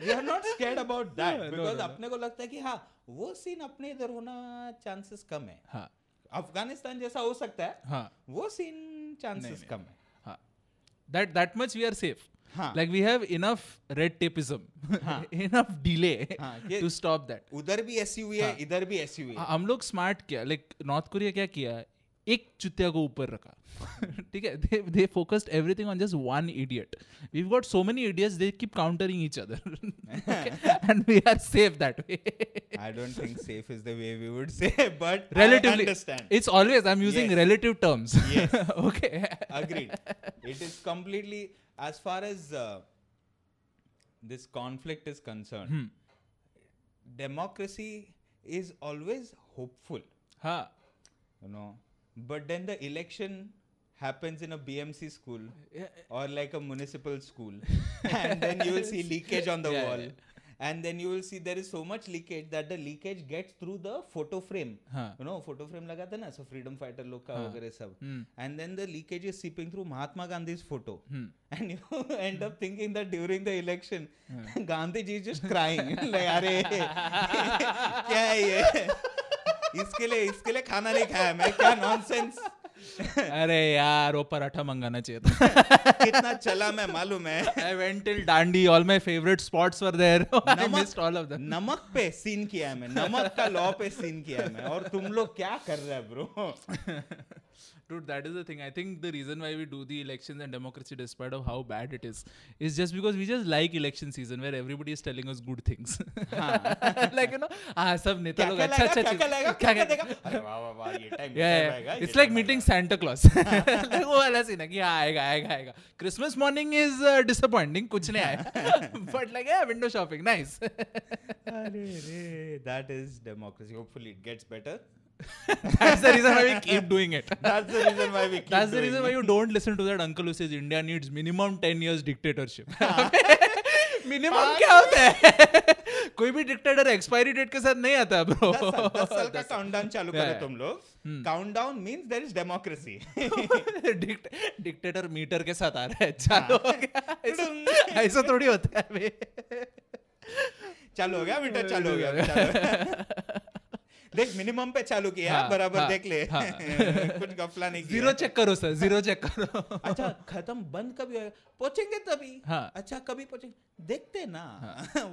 Speaker 1: we are not scared about that
Speaker 2: Yeah, no,
Speaker 1: because
Speaker 2: no, no.
Speaker 1: अपने को लगता है कि हाँ वो सीन अपने इधर होना चांसेस कम है
Speaker 2: हाँ
Speaker 1: अफगानिस्तान जैसा हो सकता है
Speaker 2: हाँ
Speaker 1: वो सीन चांसेस कम है
Speaker 2: हाँ that that much we are safe
Speaker 1: हाँ।
Speaker 2: like we have enough red tapeism enough delay
Speaker 1: हाँ, ये-
Speaker 2: to stop that
Speaker 1: उधर भी एस है इधर भी एस है
Speaker 2: हाँ, हम लोग स्मार्ट किया लाइक नॉर्थ कोरिया क्या किया एक चुतिया को ऊपर रखा ठीक है they they focused everything on just one idiot we got so many idiots they keep countering each other and we are safe that way
Speaker 1: I don't think safe is the way we would say, but I
Speaker 2: relatively
Speaker 1: understand.
Speaker 2: it's always i'm using
Speaker 1: Yes.
Speaker 2: relative terms
Speaker 1: Yes.
Speaker 2: okay
Speaker 1: Agreed. It is completely as far as uh, this conflict is concerned.
Speaker 2: Hmm.
Speaker 1: Democracy is always hopeful,
Speaker 2: ha
Speaker 1: you know, but then the election happens in a BMC school or like a municipal school, and then you will see leakage on the
Speaker 2: Yeah,
Speaker 1: wall.
Speaker 2: yeah.
Speaker 1: And then you will see there is so much leakage that the leakage gets through the photo frame.
Speaker 2: ha
Speaker 1: you know photo frame लगा था ना सो freedom फाइटर लोग का
Speaker 2: हाँ.
Speaker 1: वगैरह सब
Speaker 2: Hmm.
Speaker 1: and then the leakage is seeping through Mahatma Gandhi's photo
Speaker 2: Hmm.
Speaker 1: and you end up thinking that during the election
Speaker 2: Hmm.
Speaker 1: Gandhi ji is just crying like अरे क्या है ये इसके लिए इसके लिए खाना नहीं खाया मैं क्या nonsense
Speaker 2: अरे यार वो पराठा मंगाना चाहिए था
Speaker 1: कितना चला मैं मालूम है
Speaker 2: I went till Dandi all my favourite spots were there I
Speaker 1: नमक-
Speaker 2: मिस्ड ऑल ऑफ देम
Speaker 1: नमक पे सीन किया है मैं नमक का लॉ पे सीन किया है मैं और तुम लोग क्या कर रहे हो bro
Speaker 2: Dude, that is the thing. I think the reason why we do the elections and democracy, despite of how bad it is, is just because we just like election season where everybody is telling us good things. like you know, ah, सब नेता
Speaker 1: क्या
Speaker 2: हाँ,
Speaker 1: क्या लाएगा
Speaker 2: तो लोग अच्छा अच्छा
Speaker 1: क्या क्या लाएगा
Speaker 2: चीज़-
Speaker 1: क्या क्या
Speaker 2: क्या-
Speaker 1: देगा अरे वाह वाह वाह ये time
Speaker 2: Yeah, yeah. it's like meeting Santa Claus. like वो वाला सीन है कि हाँ आएगा आएगा आएगा. Christmas morning is uh, disappointing. कुछ नहीं आया. But like yeah, window shopping, nice.
Speaker 1: that is democracy. Hopefully, it gets better.
Speaker 2: That's the reason why we keep doing it.
Speaker 1: That's the reason why we keep
Speaker 2: That's the
Speaker 1: doing
Speaker 2: reason
Speaker 1: it.
Speaker 2: why you don't listen to that uncle who says India needs minimum 10 years dictatorship.
Speaker 1: हाँ,
Speaker 2: मिनिमम क्या होता है कोई भी डिक्टेटर एक्सपायरी डेट के साथ नहीं आता ब्रो
Speaker 1: दस साल दस साल का countdown चालू
Speaker 2: Yeah, Hmm.
Speaker 1: करो
Speaker 2: yeah.
Speaker 1: तुम लोग.
Speaker 2: हम्म.
Speaker 1: Countdown means there is democracy.
Speaker 2: Dictator meter के साथ आ रहा है चालू
Speaker 1: हाँ.
Speaker 2: हो गया ऐसा- ऐसा थोड़ी होता है बे
Speaker 1: चालू हो गया मीटर चालू हो गया अभी चालू हो गया. देख मिनिमम पे चालू किया
Speaker 2: हाँ,
Speaker 1: बराबर
Speaker 2: हाँ,
Speaker 1: देख ले
Speaker 2: हाँ।
Speaker 1: कुछ गफला नहीं
Speaker 2: जीरो
Speaker 1: किया
Speaker 2: चेक करो सर जीरो चेक करो
Speaker 1: अच्छा खत्म बंद कभी होएगा पहुंचेंगे तभी
Speaker 2: हाँ।
Speaker 1: अच्छा कभी पहुंचेंगे देखते ना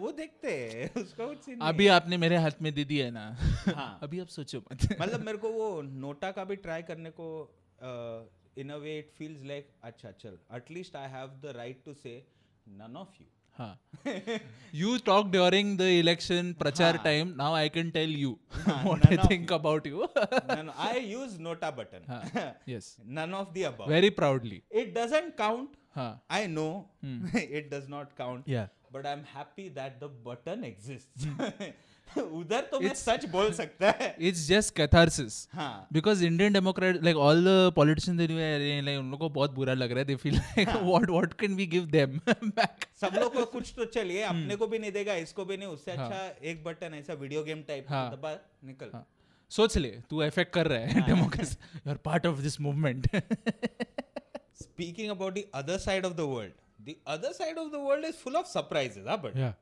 Speaker 1: वो देखते हैं, उसका कुछ सीन
Speaker 2: अभी आपने मेरे हाथ में दे दिया है ना
Speaker 1: हाँ।
Speaker 2: अभी आप सोचो मत
Speaker 1: नहीं। मतलब मेरे को वो नोटा का भी ट्राई करने को in a way it feels like अच्छा चल at least I have the right to say none of you
Speaker 2: हाँ you talk during the election prachar
Speaker 1: हाँ.
Speaker 2: time now i can tell you what i
Speaker 1: none of
Speaker 2: think about you
Speaker 1: I use NOTA button
Speaker 2: हाँ। yes
Speaker 1: none of the above
Speaker 2: very proudly हाँ.
Speaker 1: it doesn't count
Speaker 2: huh
Speaker 1: i know it does not count
Speaker 2: yeah
Speaker 1: but i'm happy that the button exists उधर तो मैं सच बोल सकता है
Speaker 2: it's just catharsis
Speaker 1: हाँ
Speaker 2: because Indian democrat like all the politician like उन लोगों को बहुत बुरा लग रहा है दे फील लाइक
Speaker 1: हाँ।
Speaker 2: What what can we give them back
Speaker 1: सब लोग को कुछ तो चलिए
Speaker 2: हम्म।
Speaker 1: अपने को भी नहीं देगा इसको भी नहीं उससे अच्छा एक बटन ऐसा वीडियो गेम टाइप
Speaker 2: हाँ।
Speaker 1: दबा निकल
Speaker 2: सोच ले तू अफेक्ट कर रहा
Speaker 1: हाँ।
Speaker 2: है democracy you are part of this movement
Speaker 1: Speaking about the other side of the world, the other side of the world is full of surprises, huh, but
Speaker 2: Yeah.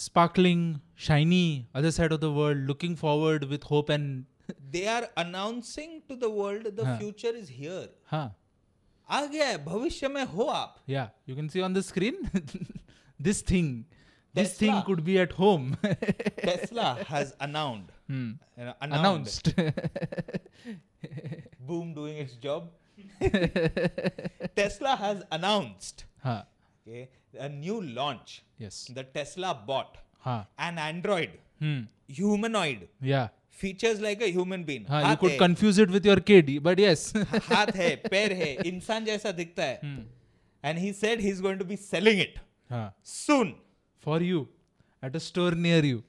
Speaker 2: Sparkling, shiny, other side of the world, looking forward with hope and.
Speaker 1: they are announcing to the world
Speaker 2: हाँ।
Speaker 1: the future is here.
Speaker 2: Huh.
Speaker 1: आ गया है भविष्य में हो आप
Speaker 2: हाँ, Yeah. You can see on the screen this thing. This thing
Speaker 1: Tesla.
Speaker 2: could be at home.
Speaker 1: Tesla has announced
Speaker 2: Hmm.
Speaker 1: announced
Speaker 2: Announced.
Speaker 1: boom doing its job tesla has announced
Speaker 2: huh.
Speaker 1: okay, a new launch
Speaker 2: हाँ, Yes.
Speaker 1: the tesla bot
Speaker 2: Huh.
Speaker 1: an android
Speaker 2: Hmm.
Speaker 1: humanoid
Speaker 2: Yeah.
Speaker 1: features like a human being
Speaker 2: Huh, हाँ, you
Speaker 1: हाथ
Speaker 2: could
Speaker 1: है,
Speaker 2: confuse it with your kid, but yes.
Speaker 1: हाथ है पैर है इंसान जैसा दिखता है
Speaker 2: Hmm.
Speaker 1: And he said he is going to be selling it
Speaker 2: huh.
Speaker 1: Soon
Speaker 2: हाँ, For you. At a store near you.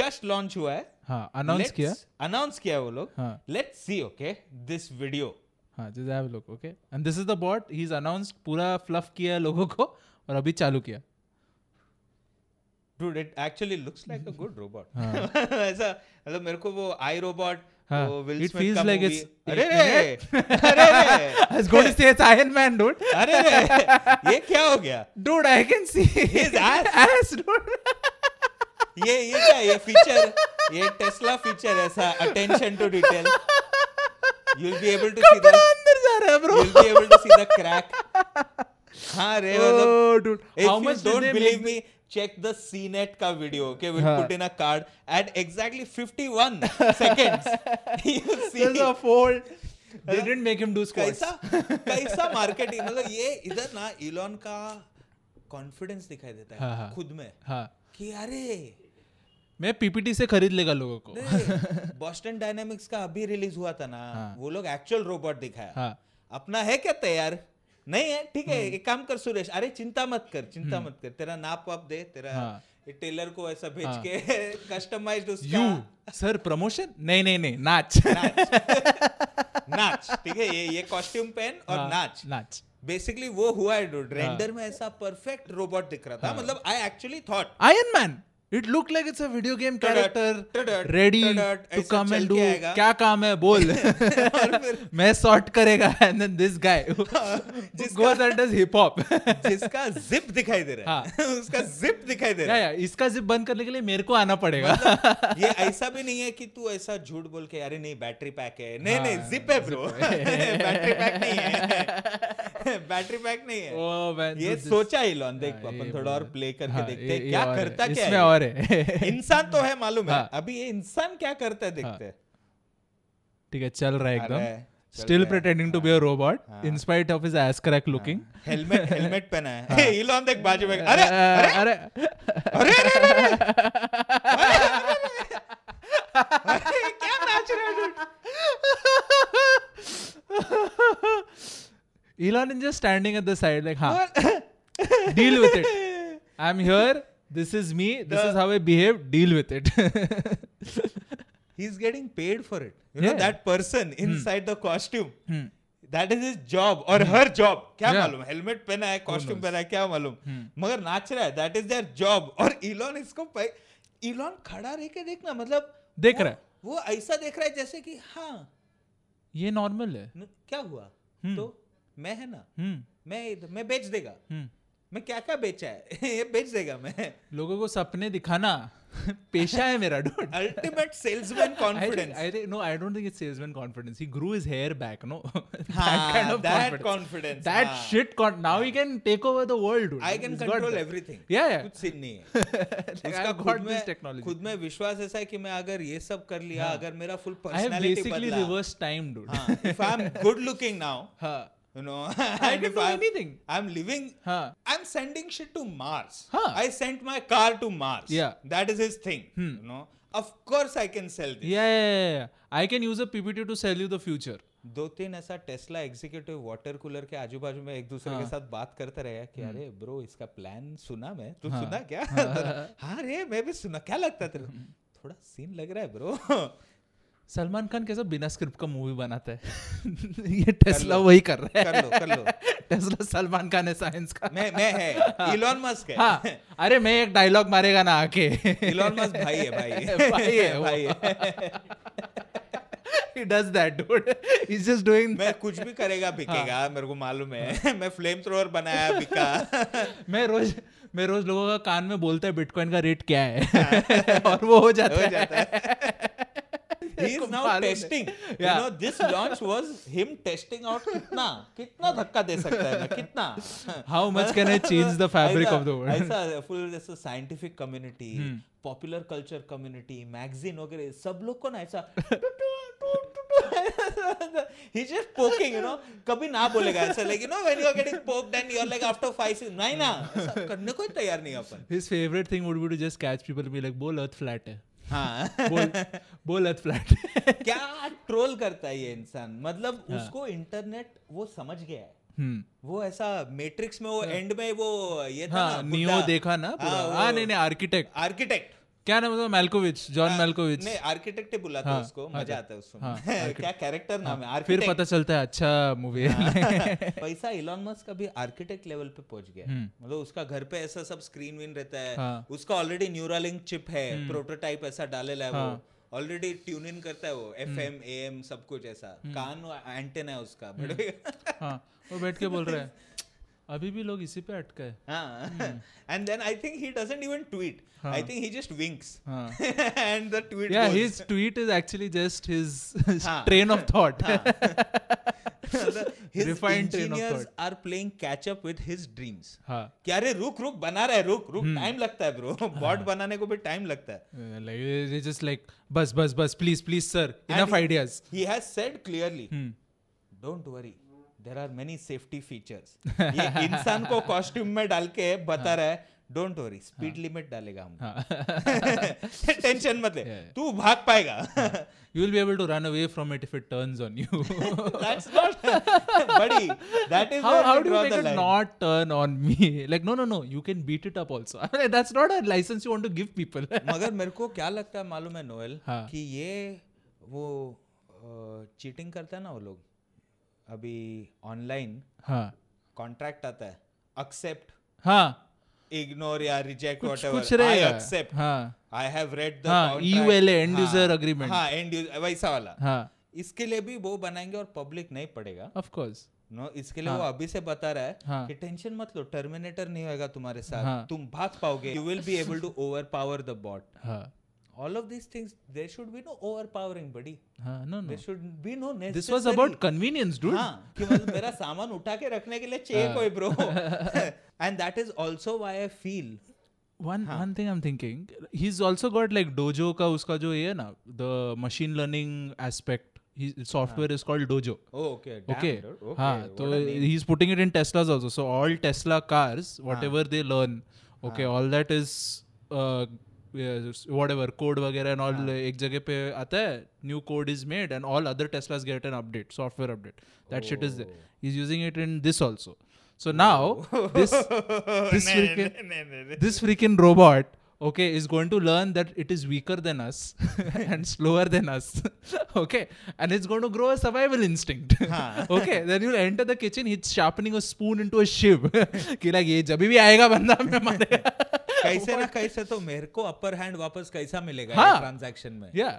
Speaker 1: Just launch हुआ है
Speaker 2: Huh. Announce
Speaker 1: Let's-
Speaker 2: kiya.
Speaker 1: announce किया है वो लोग
Speaker 2: हाँ.
Speaker 1: Let's see okay this video
Speaker 2: हाँ जैसे आप लोग okay and this is the bot he is announced पूरा फ्लफ किया है लोगों को और अभी चालू किया
Speaker 1: dude it actually looks like a good robot ऐसा मतलब मेरे को वो आई रोबॉट
Speaker 2: हाँ,
Speaker 1: वो विल
Speaker 2: it
Speaker 1: स्मिथ
Speaker 2: feels
Speaker 1: का
Speaker 2: like
Speaker 1: मूवी
Speaker 2: it's-
Speaker 1: अरे
Speaker 2: एक
Speaker 1: रे अरे रे
Speaker 2: I am going to say it's Iron Man dude
Speaker 1: अरे रे ये क्या हो गया
Speaker 2: dude I can see
Speaker 1: His ass.
Speaker 2: ass dude
Speaker 1: ये ये क्या ये फीचर ये टेस्ला फीचर ऐसा attention to detail you will be able to see the
Speaker 2: तेरा अंदर जा रहा है
Speaker 1: you
Speaker 2: bro
Speaker 1: will be able to see the crack हां रे मतलब
Speaker 2: oh dude
Speaker 1: If
Speaker 2: how
Speaker 1: you
Speaker 2: much did
Speaker 1: don't
Speaker 2: they
Speaker 1: believe
Speaker 2: make
Speaker 1: me, check the CNET ka video. Okay, we'll
Speaker 2: Huh.
Speaker 1: put in a card at exactly 51 seconds. you see,
Speaker 2: there's a fold they didn't make him do squats
Speaker 1: कैसा कैसा मार्केटिंग मतलब ये इधर ना इलॉन का कॉन्फिडेंस दिखाई देता है
Speaker 2: हाँ, हाँ.
Speaker 1: खुद में
Speaker 2: हाँ
Speaker 1: कि अरे
Speaker 2: मैं पीपीटी से खरीद लेगा लोगों को
Speaker 1: बॉस्टन डायनेमिक्स का अभी रिलीज हुआ था ना
Speaker 2: हाँ.
Speaker 1: वो लोग एक्चुअल रोबोट दिखाया
Speaker 2: हाँ
Speaker 1: अपना है क्या तैयार नहीं है ठीक
Speaker 2: हम्म।
Speaker 1: है एक काम कर सुरेश अरे चिंता मत कर चिंता मत कर तेरा नाप वाप दे तेरा
Speaker 2: हाँ।
Speaker 1: ये टेलर को ऐसा भेज
Speaker 2: हाँ।
Speaker 1: के कस्टमाइज्ड उसका
Speaker 2: यू सर प्रमोशन नहीं नहीं नहीं नाच
Speaker 1: नाच ठीक है ये ये कॉस्ट्यूम पहन और
Speaker 2: हाँ,
Speaker 1: नाच
Speaker 2: नाच
Speaker 1: बेसिकली वो हुआ है डूड रेंडर में ऐसा परफेक्ट रोबोट दिख रहा था
Speaker 2: हाँ।
Speaker 1: मतलब I actually thought
Speaker 2: Iron Man. It looked like it's a video game
Speaker 1: Tudut,
Speaker 2: character
Speaker 1: tudut,
Speaker 2: ready
Speaker 1: tudut,
Speaker 2: to
Speaker 1: ऐसे
Speaker 2: come
Speaker 1: चल
Speaker 2: and
Speaker 1: के
Speaker 2: do
Speaker 1: आएगा।
Speaker 2: क्या काम है बोल
Speaker 1: और फिर
Speaker 2: मैं सॉर्ट करेगा and then this guy goes and does hip hop
Speaker 1: जिसका जिप दिखाई दे रहा
Speaker 2: हाँ।
Speaker 1: है उसका जिप दिखाई दे रहा
Speaker 2: या
Speaker 1: है
Speaker 2: या इसका जिप बंद करने के लिए मेरे को आना पड़ेगा
Speaker 1: ये ऐसा भी नहीं है कि तू ऐसा झूठ बोल के अरे नहीं बैटरी पैक है नहीं नहीं
Speaker 2: हाँ,
Speaker 1: जिप है ब्रो बैटरी पैक नहीं है बैटरी पैक नहीं है
Speaker 2: Oh, man,
Speaker 1: ये
Speaker 2: this is-
Speaker 1: सोचा इलॉन देख
Speaker 2: हाँ,
Speaker 1: अपन
Speaker 2: ये
Speaker 1: थोड़ा और
Speaker 2: बोल-
Speaker 1: प्ले करके
Speaker 2: हाँ,
Speaker 1: देखते
Speaker 2: ये-
Speaker 1: हैं
Speaker 2: ये
Speaker 1: क्या
Speaker 2: और है,
Speaker 1: करता क्या
Speaker 2: इसमें
Speaker 1: है
Speaker 2: और है
Speaker 1: इंसान तो है मालूम है
Speaker 2: हाँ।
Speaker 1: अभी ये इंसान क्या करता है देखते हैं
Speaker 2: ठीक है चल रहा है
Speaker 1: अरे,
Speaker 2: एकदम
Speaker 1: चल
Speaker 2: स्टिल
Speaker 1: रहा है, हाँ।
Speaker 2: pretending to be a robot in spite of his ass crack looking
Speaker 1: helmet helmet पहना
Speaker 2: हाँ।
Speaker 1: है इलॉन देख बाजू में अरे
Speaker 2: अरे अरे
Speaker 1: अरे अरे अरे, अरे अरे, अरे, अरे, अरे, क्या नाच रहा है dude?
Speaker 2: Elon is just standing at the side, like, huh, हाँ। deal with it. I'm here. This is me. This is how I behave. Deal with it.
Speaker 1: he's getting paid for it. You know,
Speaker 2: Yeah. Hmm।
Speaker 1: that person inside the costume. That is his job or her job. क्या
Speaker 2: Hmm. Yeah. Hmm.
Speaker 1: मालूम हेलमेट पहना है कॉस्ट्यूम पहना है क्या मालूम मगर नाच रहा है दैट इज देयर जॉब और इलॉन इसको पै... इलॉन खड़ा रह के देखना मतलब
Speaker 2: देख
Speaker 1: वो-
Speaker 2: रहा है।
Speaker 1: वो ऐसा देख रहा है जैसे कि हाँ
Speaker 2: ये normal है.
Speaker 1: न- क्या हुआ
Speaker 2: Hmm.
Speaker 1: तो मैं है ना
Speaker 2: हम्म,
Speaker 1: मैं इध- मैं बेच देगा
Speaker 2: हम्म.
Speaker 1: मैं क्या क्या बेचा है ये बेच देगा मैं
Speaker 2: लोगों को सपने दिखाना पेशा है मेरा dude.
Speaker 1: Ultimate salesman
Speaker 2: I
Speaker 1: confidence.
Speaker 2: think, I think no, I don't think it's salesman confidence. He grew his hair back, no. that
Speaker 1: Ah, that confidence,
Speaker 2: That
Speaker 1: ah.
Speaker 2: shit. Con- now he can take over the world, dude.
Speaker 1: I can
Speaker 2: He's got
Speaker 1: control
Speaker 2: that.
Speaker 1: everything.
Speaker 2: Yeah, yeah.
Speaker 1: कुछ सीन नहीं है
Speaker 2: Like,
Speaker 1: उसका
Speaker 2: I've
Speaker 1: खुद
Speaker 2: got this
Speaker 1: में
Speaker 2: technology. हाँ।
Speaker 1: खुद में विश्वास ऐसा है कि मैं अगर ये सब कर लिया अगर मेरा full
Speaker 2: I have
Speaker 1: personality
Speaker 2: basically
Speaker 1: बदला
Speaker 2: reversed time, dude.
Speaker 1: हाँ, if I'm good looking now,
Speaker 2: Huh.
Speaker 1: you know,
Speaker 2: हाँ, I हाँ,
Speaker 1: and
Speaker 2: can
Speaker 1: if
Speaker 2: do
Speaker 1: I'm,
Speaker 2: anything.
Speaker 1: I'm living,
Speaker 2: Huh.
Speaker 1: I'm sending shit to Mars.
Speaker 2: Huh.
Speaker 1: I sent my car to Mars.
Speaker 2: Yeah. Hmm.
Speaker 1: That is his thing. You know, of course I can sell this.
Speaker 2: Yeah, yeah, yeah. I can use a PPT to sell you the future.
Speaker 1: दो तीन ऐसा टेस्ला एग्जीक्यूटिव वाटर कूलर के आजू बाजू में एक दूसरे के
Speaker 2: हाँ।
Speaker 1: साथ बात करते रहे कि
Speaker 2: हम्म।
Speaker 1: अरे ब्रो इसका प्लान सुना मैं तू सुना क्या हाँ रे मैं भी सुना क्या लगता है तेरे को?"
Speaker 2: हम्म।
Speaker 1: थोड़ा सीन लग रहा है ब्रो
Speaker 2: सलमान खान कैसा बिना स्क्रिप्ट का मूवी बनाता है ये टेस्ला वही कर रहा है
Speaker 1: कर लो कर लो
Speaker 2: टेस्ला सलमान खान है साइंस का
Speaker 1: मैं मैं है इलॉन मस्क है
Speaker 2: हाँ अरे मैं एक डायलॉग मारेगा ना आके
Speaker 1: इलॉन मस्क भाई है भाई
Speaker 2: भाई है वो।
Speaker 1: भाई है
Speaker 2: he does that dude he's just doing
Speaker 1: मैं कुछ भी करेगा बिकेगा
Speaker 2: हाँ।
Speaker 1: मेरे को मालूम है मैं फ्लेम थ्रोअर बनाया बिका
Speaker 2: मैं रोज मैं रोज लोगों का कान में बोलता है बिटकॉइन का रेट क्या है और वो हो जाता
Speaker 1: हाँ। हो
Speaker 2: है
Speaker 1: जाता है he is
Speaker 2: इसको
Speaker 1: now
Speaker 2: मालूम है।
Speaker 1: testing you
Speaker 2: Yeah.
Speaker 1: know this launch was him testing out कितना कितना धक्का दे सकता है मैं कितना
Speaker 2: How much can I change the fabric
Speaker 1: ऐसा-
Speaker 2: of the world? Hmm.
Speaker 1: ऐसा फुल जैसे scientific community popular culture community magazine वगैरह सब लोग को ना ऐसा he just poking you know कभी ना बोलेगा ऐसा like you know when you are getting poked and you are like after five six नहीं ना ऐसा
Speaker 2: Hmm.
Speaker 1: करने को ही तैयार नहीं है अपन
Speaker 2: his favorite thing would be to just catch people and be like बोल अर्थ फ्लैट है
Speaker 1: हाँ
Speaker 2: बोल बोल अर्थ फ्लैट है
Speaker 1: क्या ट्रोल करता है ये इंसान मतलब
Speaker 2: हाँ।
Speaker 1: उसको इंटरनेट वो समझ गया है
Speaker 2: हम्म
Speaker 1: वो ऐसा मैट्रिक्स में वो एंड में वो ये तो था
Speaker 2: हाँ नियो देखा ना पूरा हाँ नहीं नहीं आर्किटेक्ट
Speaker 1: आर्किटेक्ट
Speaker 2: क्या नाम है उसका मैल्कोविच जॉन मैल्कोविच
Speaker 1: हाँ, नहीं आर्किटेक्ट ही बुलाते
Speaker 2: हाँ,
Speaker 1: हैं उसको मजा आता है उसको क्या कैरेक्टर नाम है हाँ।
Speaker 2: फिर
Speaker 1: आर्किटेक्ट
Speaker 2: पता चलता है अच्छा मूवी है
Speaker 1: वैसा इलॉन मस्क अभी आर्किटेक्ट लेवल पे पहुंच गया है।
Speaker 2: Hmm.
Speaker 1: मतलब उसका घर पे ऐसा सब स्क्रीन विन रहता है
Speaker 2: हम्म। हाँ। हम्म।
Speaker 1: उसका ऑलरेडी न्यूरालिंक चिप है प्रोटोटाइप ऐसा डालेला है
Speaker 2: हाँ।
Speaker 1: वो ऑलरेडी ट्यून इन करता है वो
Speaker 2: हम्म।
Speaker 1: एफ एम ए एम सब कुछ ऐसा कान एंटेना है उसका बड़े
Speaker 2: हाँ वो बैठ के बोल रहा है अभी भी लोग इसी पे अटका है हम्म।
Speaker 1: हाँ and then I think he doesn't even tweet. I think he just winks.
Speaker 2: हाँ
Speaker 1: and the tweet
Speaker 2: yeah
Speaker 1: goes.
Speaker 2: his tweet is actually just his
Speaker 1: हाँ.
Speaker 2: train of thought
Speaker 1: The- मतलब his
Speaker 2: refined train of
Speaker 1: engineers
Speaker 2: thought.
Speaker 1: are playing catch up with his dreams.
Speaker 2: हाँ
Speaker 1: क्या रे रुक रुक बना रहा है रुक रुक
Speaker 2: हम्म।
Speaker 1: टाइम लगता है ब्रो बॉट बनाने को भी टाइम लगता है
Speaker 2: Uh, like they just like बस बस बस please please sir enough ideas
Speaker 1: he has said clearly
Speaker 2: Hmm.
Speaker 1: Don't worry there are many safety features ये इंसान को कॉस्ट्यूम में डाल के बता
Speaker 2: हाँ।
Speaker 1: रहा है डोंट वरी स्पीड लिमिट डालेगा हम
Speaker 2: हाँ।
Speaker 1: टेंशन मत ले तू भाग पाएगा
Speaker 2: you will be able to run away from it if it turns on you
Speaker 1: that's not buddy that is
Speaker 2: how, how do you make it not turn on me like no no no you can beat it up also I'm like, that's not a license you want to give people
Speaker 1: मगर मेरे को क्या लगता है मालूम है नोएल
Speaker 2: हाँ.
Speaker 1: कि ये वो चीटिंग करता है ना वो लोग अभी ऑनलाइन
Speaker 2: हाँ
Speaker 1: कॉन्ट्रैक्ट आता है एक्सेप्ट
Speaker 2: हाँ
Speaker 1: इग्नोर या रिजेक्ट
Speaker 2: कुछ
Speaker 1: व्हाटएवर
Speaker 2: कुछ रहेगा
Speaker 1: आई एक्सेप्ट
Speaker 2: हाँ
Speaker 1: आई हैव रेड द
Speaker 2: हाँ, EUL है, end user agreement.
Speaker 1: हां एंड यूजर हाँ, वैसा वाला
Speaker 2: हाँ
Speaker 1: इसके लिए भी वो बनाएंगे और पब्लिक नहीं पड़ेगा
Speaker 2: of course
Speaker 1: नो इसके लिए वो अभी से बता रहा है
Speaker 2: हाँ.
Speaker 1: कि टेंशन मत लो टर्मिनेटर नहीं होएगा तुम्हारे साथ
Speaker 2: हाँ.
Speaker 1: तुम भाग पाओगे you will be able to overpower the bot
Speaker 2: हाँ
Speaker 1: all of these things there should be no overpowering buddy
Speaker 2: हाँ no no
Speaker 1: there should be no
Speaker 2: this was about convenience dude
Speaker 1: हाँ कि मतलब मेरा सामान उठा के रखने के लिए चाहिए कोई bro and that is also why I feel
Speaker 2: one one thing i'm thinking he's also got like dojo ka uska jo ye hai na the machine learning aspect his software is called dojo
Speaker 1: okay
Speaker 2: okay हाँ, तो he's putting it in teslas also so all tesla cars whatever they learn okay all that is uh, whatever code वगैरह and all एक जगह पे आता है new code is made and all other teslas get an update software update that shit is there he's using it in this also so now this this freaking this freaking robot okay is going to learn that it is weaker than us and slower than us okay and it's going to grow a survival instinct okay then you'll enter the kitchen he's sharpening a spoon into a shiv कि like ये जब भी आएगा बंदा हमें मारेगा
Speaker 1: कैसे ना कैसे तो मेरे को अपर हैंड वापस कैसा मिलेगा
Speaker 2: हाँ।
Speaker 1: ट्रांजैक्शन में
Speaker 2: yeah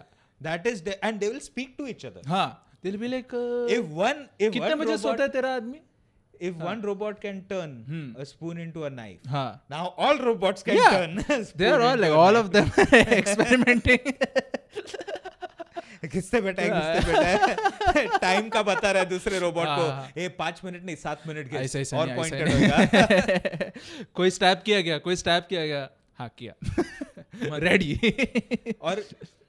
Speaker 1: that is and they will speak to each other
Speaker 2: हाँ they'll be like uh,
Speaker 1: if one if
Speaker 2: कितने
Speaker 1: one
Speaker 2: बजे
Speaker 1: robot-
Speaker 2: सोता है तेरा आदमी
Speaker 1: if one robot can turn a spoon into a knife,
Speaker 2: huh.
Speaker 1: now all robots can
Speaker 2: Yeah.
Speaker 1: turn. a spoon
Speaker 2: they're all
Speaker 1: into
Speaker 2: like
Speaker 1: a
Speaker 2: all
Speaker 1: knife.
Speaker 2: of them experimenting
Speaker 1: घिसते बेटा है,
Speaker 2: Yeah.
Speaker 1: घिसते बेटा है। टाइम का बता रहा है दूसरे रोबोट
Speaker 2: हाँ।
Speaker 1: को ए पांच मिनट नहीं सात मिनट घिस
Speaker 2: ऐसा ऐसा
Speaker 1: और
Speaker 2: नहीं, ऐसा
Speaker 1: पॉइंटेड
Speaker 2: नहीं।
Speaker 1: होगा
Speaker 2: कोई स्टैप किया गया कोई स्टैप किया गया हाँ किया रेडी
Speaker 1: और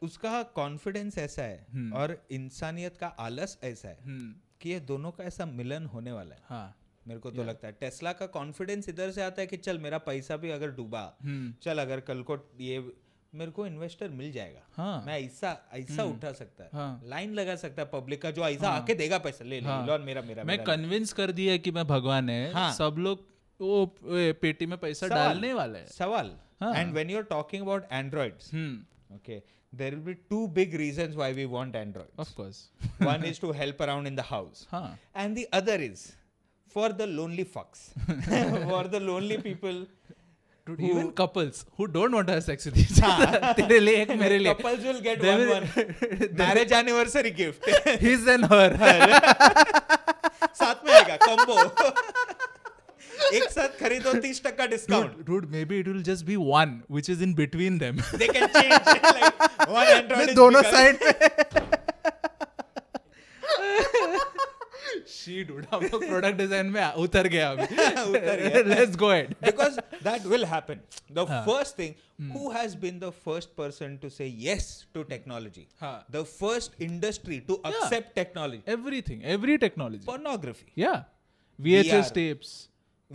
Speaker 1: उसका कॉन्फिडेंस ऐसा
Speaker 2: हम्म।
Speaker 1: है और इंसानियत का आलस ऐसा है कि ये दोनों का ऐसा मिलन होने वाला है
Speaker 2: हाँ
Speaker 1: मेरे को तो लगता है टेस्ला का कॉन्फिडेंस इधर से आता है कि चल मेरा पैसा भी अगर डूबा
Speaker 2: हम्म,
Speaker 1: चल अगर कल को ये मेरे को इन्वेस्टर मिल जाएगा
Speaker 2: हाँ।
Speaker 1: मैं ऐसा ऐसा उठा सकता है
Speaker 2: हाँ।
Speaker 1: लाइन लगा सकता है पब्लिक का जो ऐसा आके देगा पैसा ले ले लोन मेरा मेरा
Speaker 2: मैं
Speaker 1: मेरा, मेरा।
Speaker 2: कन्विंस कर दिया कि मैं भगवान है
Speaker 1: हाँ।
Speaker 2: सब लोग वो ए, पेटी में पैसा
Speaker 1: सवाल।
Speaker 2: डालने वाले हैं
Speaker 1: सवाल
Speaker 2: हाँ.
Speaker 1: and when you're talking about androids
Speaker 2: हम्म
Speaker 1: okay there will be two big reasons why we want androids
Speaker 2: of course
Speaker 1: one is to help around in the house
Speaker 2: हाँ
Speaker 1: and the other is for the lonely fucks for the lonely people
Speaker 2: Dude, even couples who don't want to have sex with each other तेरे लिए एक मेरे लिए
Speaker 1: couples will get
Speaker 2: They
Speaker 1: one
Speaker 2: will-
Speaker 1: one marriage anniversary gift
Speaker 2: his and her
Speaker 1: साथ में आएगा combo एक साथ खरीदो तीस टक्का discount
Speaker 2: dude, dude maybe it will just be one which is in between them
Speaker 1: they can change like one android
Speaker 2: मैं
Speaker 1: is
Speaker 2: दोनों
Speaker 1: bigger.
Speaker 2: साइड पे शी डूड हम लोग प्रोडक्ट डिजाइन में आ- उतर गया
Speaker 1: उतर
Speaker 2: अभी
Speaker 1: गया।
Speaker 2: Let's go at
Speaker 1: because that will happen. The first thing, who has been the first person to say yes to technology?
Speaker 2: Huh.
Speaker 1: The first industry to accept technology.
Speaker 2: Everything every technology
Speaker 1: Pornography,
Speaker 2: या VHS
Speaker 1: VR.
Speaker 2: tapes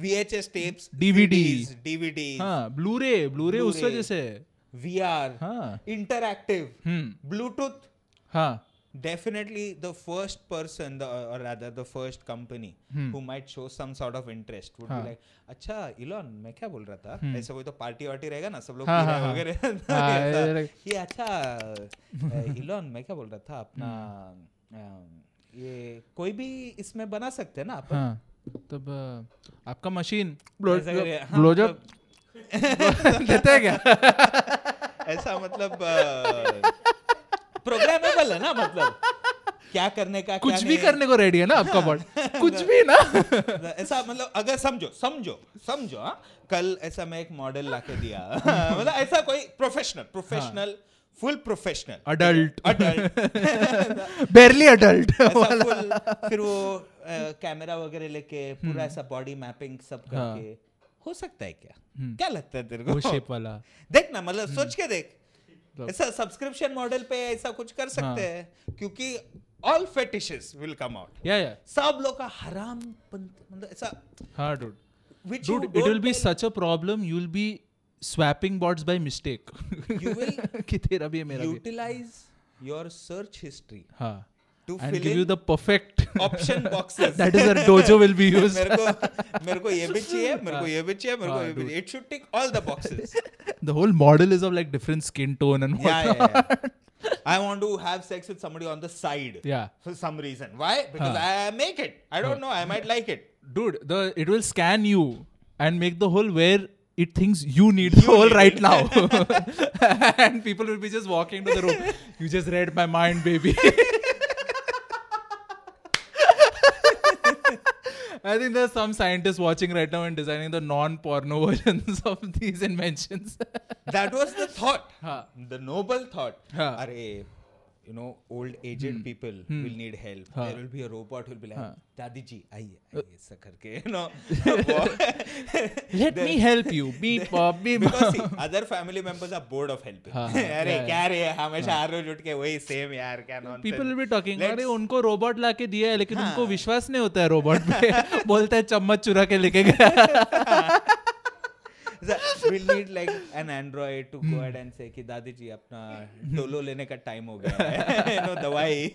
Speaker 1: VHS tapes,
Speaker 2: DVDs.
Speaker 1: CDs, DVDs,
Speaker 2: हाँ ब्लूरे ब्लूरे उस
Speaker 1: Blu-ray.
Speaker 2: वजह से
Speaker 1: VR,
Speaker 2: हाँ
Speaker 1: interactive,
Speaker 2: हम्म
Speaker 1: Bluetooth.
Speaker 2: हाँ
Speaker 1: Definitely the first person, the, or rather the first company who might show some sort of interest would
Speaker 2: हाँ.
Speaker 1: be like, अच्छा इलॉन मैं क्या बोल रहा था ऐसा कोई तो पार्टी वार्टी रहेगा ना सब लोग
Speaker 2: हाँ,
Speaker 1: पी रहे
Speaker 2: हाँ,
Speaker 1: वगैरह
Speaker 2: हाँ,
Speaker 1: ऐसा,
Speaker 2: ये like-
Speaker 1: ये अच्छा इलॉन मैं क्या बोल रहा था अपना अम, ये कोई भी इसमें बना सकते हैं ना आप
Speaker 2: हाँ तब अ, आपका मशीन
Speaker 1: ऐसा करके, हाँ,
Speaker 2: ब्लोजॉब देता है क्या
Speaker 1: ऐसा मतलब uh, प्रोग्रामेबल है ना मतलब क्या करने का क्या
Speaker 2: कुछ भी
Speaker 1: नहीं।
Speaker 2: करने को रेडी है ना आपका बॉड कुछ भी ना
Speaker 1: ऐसा मतलब अगर समझो समझो समझो हाँ कल ऐसा मैं एक मॉडल लाके दिया मतलब ऐसा कोई प्रोफेशनल प्रोफेशनल
Speaker 2: हाँ।
Speaker 1: Full professional
Speaker 2: adult
Speaker 1: adult
Speaker 2: barely adult
Speaker 1: ऐसा full, फिर वो कैमरा वगैरह लेके
Speaker 2: हम्म।
Speaker 1: पूरा ऐसा बॉडी मैपिंग सब करके हो सकता है क्या क्या लगता है तेरे
Speaker 2: हाँ। हम्म। वो हम्म। तो
Speaker 1: को
Speaker 2: शेप वाला
Speaker 1: देख ना मतलब सोच के देख ऐसा सब्सक्रिप्शन मॉडल पे ऐसा कुछ कर
Speaker 2: हाँ।
Speaker 1: सकते हैं क्योंकि all fetishes will come out
Speaker 2: या या
Speaker 1: सब लोग का हराम मतलब ऐसा
Speaker 2: हाँ dude
Speaker 1: which you
Speaker 2: dude it will
Speaker 1: don't
Speaker 2: be
Speaker 1: tell-
Speaker 2: such a problem you'll be swapping bots by mistake
Speaker 1: You will
Speaker 2: कि तेरा भी है मेरा भी है।
Speaker 1: utilize your search history
Speaker 2: हाँ
Speaker 1: to
Speaker 2: and
Speaker 1: fill
Speaker 2: give you
Speaker 1: in
Speaker 2: the perfect
Speaker 1: option boxes.
Speaker 2: that is where dojo will be used
Speaker 1: मेरे को मेरे को ये भी चाहिए मेरे को ये भी चाहिए मेरे को
Speaker 2: हाँ,
Speaker 1: ये भी
Speaker 2: dude.
Speaker 1: It should tick all the boxes
Speaker 2: the whole model is of like different skin tone and
Speaker 1: yeah,
Speaker 2: what
Speaker 1: yeah, yeah. I want to have sex with somebody on the side
Speaker 2: Yeah.
Speaker 1: for some reason. Why? Because I make it. I don't know. I might like it.
Speaker 2: dude the it will scan you and make the whole where it thinks you need the whole
Speaker 1: need
Speaker 2: right now and people will be just walking to the room you just read my mind baby I think there's some scientists watching right now and designing the non-porno versions of these inventions.
Speaker 1: That was the thought.
Speaker 2: Huh.
Speaker 1: The noble thought.
Speaker 2: Huh. Hmm.
Speaker 1: Are you know, old aged people will need help. There will be a robot who will be like, Dadi ji, आइए
Speaker 2: Uh.
Speaker 1: आइए ऐसा करके you know.
Speaker 2: Let me help you. Beep, bop, beep. bop.
Speaker 1: Because see, other family members are bored of helping.
Speaker 2: हाँ, हाँ,
Speaker 1: अरे
Speaker 2: yeah, हाँ.
Speaker 1: क्या रे हमेशा हर रोज उठ के वही सेम यार क्या nonsense
Speaker 2: people will be talking
Speaker 1: Let's-
Speaker 2: अरे उनको रोबोट लाके दिया है लेकिन उनको विश्वास नहीं होता है रोबोट पे बोलता है चम्मच चुरा के लेके गया
Speaker 1: So, we'll need like an android to
Speaker 2: Hmm.
Speaker 1: go ahead and say कि दादी जी अपना डोलो लेने का टाइम हो गया है नो दवाई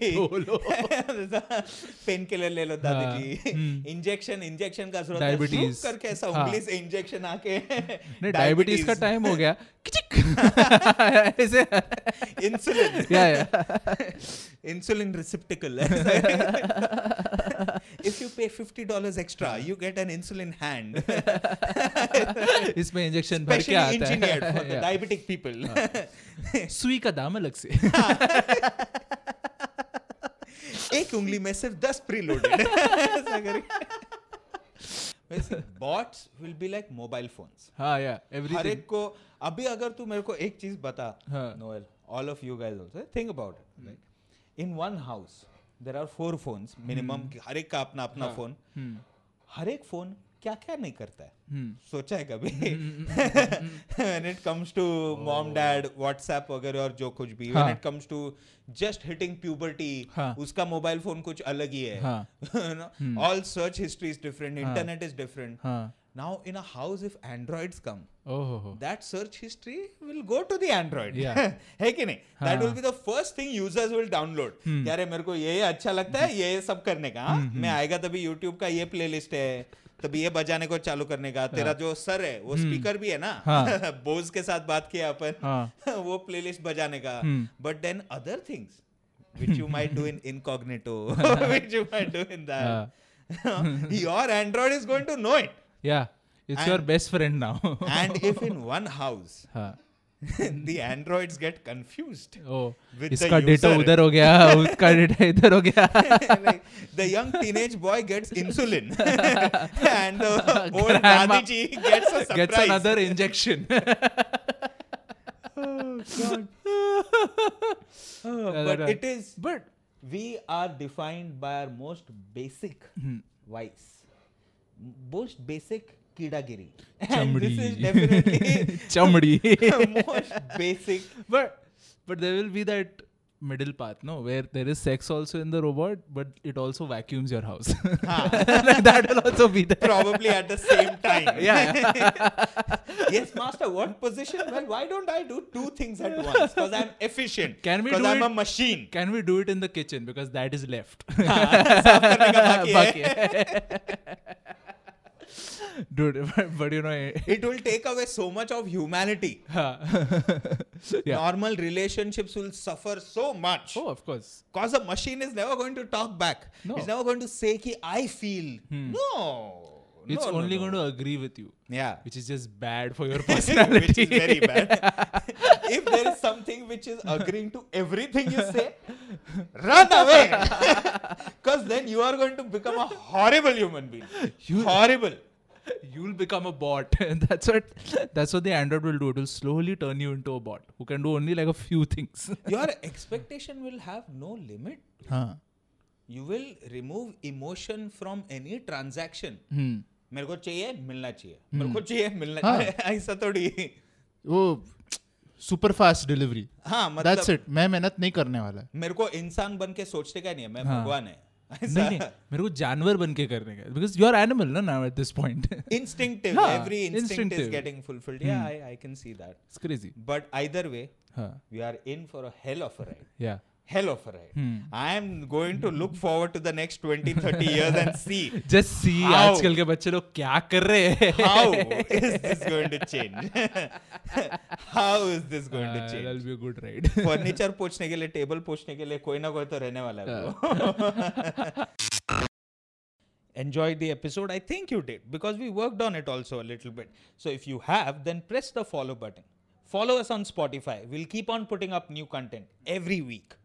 Speaker 1: पेन किलर ले लो दादी जी इंजेक्शन इंजेक्शन का जरूरत है
Speaker 2: हाँ, hmm. Diabetes.
Speaker 1: Zoom करके ऐसा
Speaker 2: हाँ.
Speaker 1: उंगली से इंजेक्शन आके
Speaker 2: नहीं डायबिटीज का टाइम हो गया किचिक ऐसे
Speaker 1: इंसुलिन
Speaker 2: या या
Speaker 1: insulin receptacle. if you pay fifty dollars extra, you get an insulin hand,
Speaker 2: इसमें इंजेक्शन भर के
Speaker 1: specially
Speaker 2: आता
Speaker 1: engineered for the
Speaker 2: है
Speaker 1: diabetic people.
Speaker 2: Yeah. सुई का दाम अलग से
Speaker 1: एक उंगली में सिर्फ दस preloaded See, bots will be like mobile phones.
Speaker 2: हाँ या
Speaker 1: हर
Speaker 2: एवरीथिंग
Speaker 1: एक को अभी अगर तू मेरे को एक चीज बता
Speaker 2: हाँ.
Speaker 1: Noel all of you guys also think about it like in one house there are four phones minimum हर एक का अपना अपना फोन
Speaker 2: हम्म,
Speaker 1: हर एक फोन क्या क्या नहीं करता है सोचा है कभी when it comes to mom dad WhatsApp वगैरह और जो कुछ भी व्हेन
Speaker 2: Oh. हाँ.
Speaker 1: It comes to just hitting puberty
Speaker 2: हाँ.
Speaker 1: उसका मोबाइल फोन कुछ अलग ही है
Speaker 2: हाँ.
Speaker 1: All search history is different internet is different
Speaker 2: हाँ
Speaker 1: now in a house if androids come
Speaker 2: ओहो
Speaker 1: that search history will go to the android
Speaker 2: Yeah. हाँ।
Speaker 1: है कि नहीं that will be the first thing users will download
Speaker 2: Hmm.
Speaker 1: कि अरे मेरे को ये ये अच्छा लगता है ये ये सब करने का हाँ? मैं आएगा तभी youtube का ये playlist है तभी ये बजाने को चालू करने का तेरा जो सर है वो स्पीकर भी है ना
Speaker 2: Hmm. हाँ.
Speaker 1: बोज के साथ बात किया अपन
Speaker 2: हाँ
Speaker 1: वो playlist बजाने का
Speaker 2: Hmm.
Speaker 1: but then other things which you might do in incognito
Speaker 2: हाँ।
Speaker 1: which you might do in that your android is going to know it
Speaker 2: या it's your best friend now
Speaker 1: and if in one house
Speaker 2: हाँ
Speaker 1: the androids get confused
Speaker 2: ओ
Speaker 1: With the
Speaker 2: इसका डेटा
Speaker 1: user.
Speaker 2: उधर हो गया उसका डेटा इधर हो गया
Speaker 1: like the young teenage boy gets insulin and the old
Speaker 2: Grandma
Speaker 1: Dadiji gets a surprise
Speaker 2: gets another injection
Speaker 1: oh, God.
Speaker 2: Yeah,
Speaker 1: but
Speaker 2: that-
Speaker 1: it is
Speaker 2: but
Speaker 1: we are defined by our most basic vice most basic kidagiri and this is definitely
Speaker 2: चमड़ी
Speaker 1: the most basic
Speaker 2: but but there will be that middle path no where there is sex also in the robot but it also vacuums your house like that will also be there
Speaker 1: probably at the same time
Speaker 2: yeah, yeah.
Speaker 1: yes, master, what position? Well, why don't I do two things at once? Because I'm efficient.
Speaker 2: Can we
Speaker 1: Because
Speaker 2: do
Speaker 1: I'm a
Speaker 2: it-
Speaker 1: machine.
Speaker 2: can we do it in the kitchen because that is left
Speaker 1: Bucket.
Speaker 2: Bucket. dude but, but you know eh,
Speaker 1: It will take away so much of humanity.
Speaker 2: yeah
Speaker 1: Normal relationships will suffer so much.
Speaker 2: oh of course
Speaker 1: Because a machine is never going to talk back.
Speaker 2: No. Hmm.
Speaker 1: It's never going to say, Ki, I feel. No.
Speaker 2: it's
Speaker 1: No, no,
Speaker 2: only
Speaker 1: no.
Speaker 2: going to agree with you
Speaker 1: Yeah.
Speaker 2: which is just bad for your
Speaker 1: which
Speaker 2: personality
Speaker 1: is very bad. if there is something which is agreeing to everything you say, run away. Because then you are going to become a horrible human being. horrible.
Speaker 2: you'll become a bot that's what that's what the android will do it will slowly turn you into a bot who can do only like a few things
Speaker 1: Your expectation will have no limit.
Speaker 2: huh.
Speaker 1: You will remove emotion from any transaction.
Speaker 2: hmm.
Speaker 1: मेरे को चाहिए मिलना चाहिए मेरे को चाहिए मिलना
Speaker 2: हाँ.
Speaker 1: चाहिए ऐसा थोड़ी
Speaker 2: वो सुपर फास्ट डिलीवरी
Speaker 1: हाँ
Speaker 3: दैट्स
Speaker 1: मतलब
Speaker 3: इट मैं मेहनत नहीं करने वाला है
Speaker 1: मेरे को इंसान बन के सोचने का नहीं है मैं
Speaker 2: हाँ.
Speaker 1: भगवान है
Speaker 2: नहीं नहीं मेरे को जानवर बन के करने का बिकॉज यू आर एनिमल ना now at this point it's
Speaker 1: instinctive
Speaker 2: Yeah,
Speaker 1: every instinct is
Speaker 2: instinctive.
Speaker 1: getting fulfilled yeah I, I can see that
Speaker 2: crazy
Speaker 1: but either way
Speaker 2: हां
Speaker 1: we are in for a hell of a ride
Speaker 2: या
Speaker 1: hell of a ride
Speaker 2: Hmm.
Speaker 3: Hmm.
Speaker 1: i am going to look forward to the next 20 30 years and see
Speaker 2: just see
Speaker 1: How?
Speaker 2: आजकल के बच्चे लोग क्या कर रहे हैं
Speaker 1: how is this going to change how is this
Speaker 2: Uh,
Speaker 1: going to change
Speaker 2: be good ride
Speaker 1: furniture पोछने के लिए टेबल पोछने के लिए कोई ना कोई तो रहने वाला है enjoy the episode i think you did because we worked on it also a little bit so if you have then press the follow button follow us on spotify we'll keep on putting up new content every week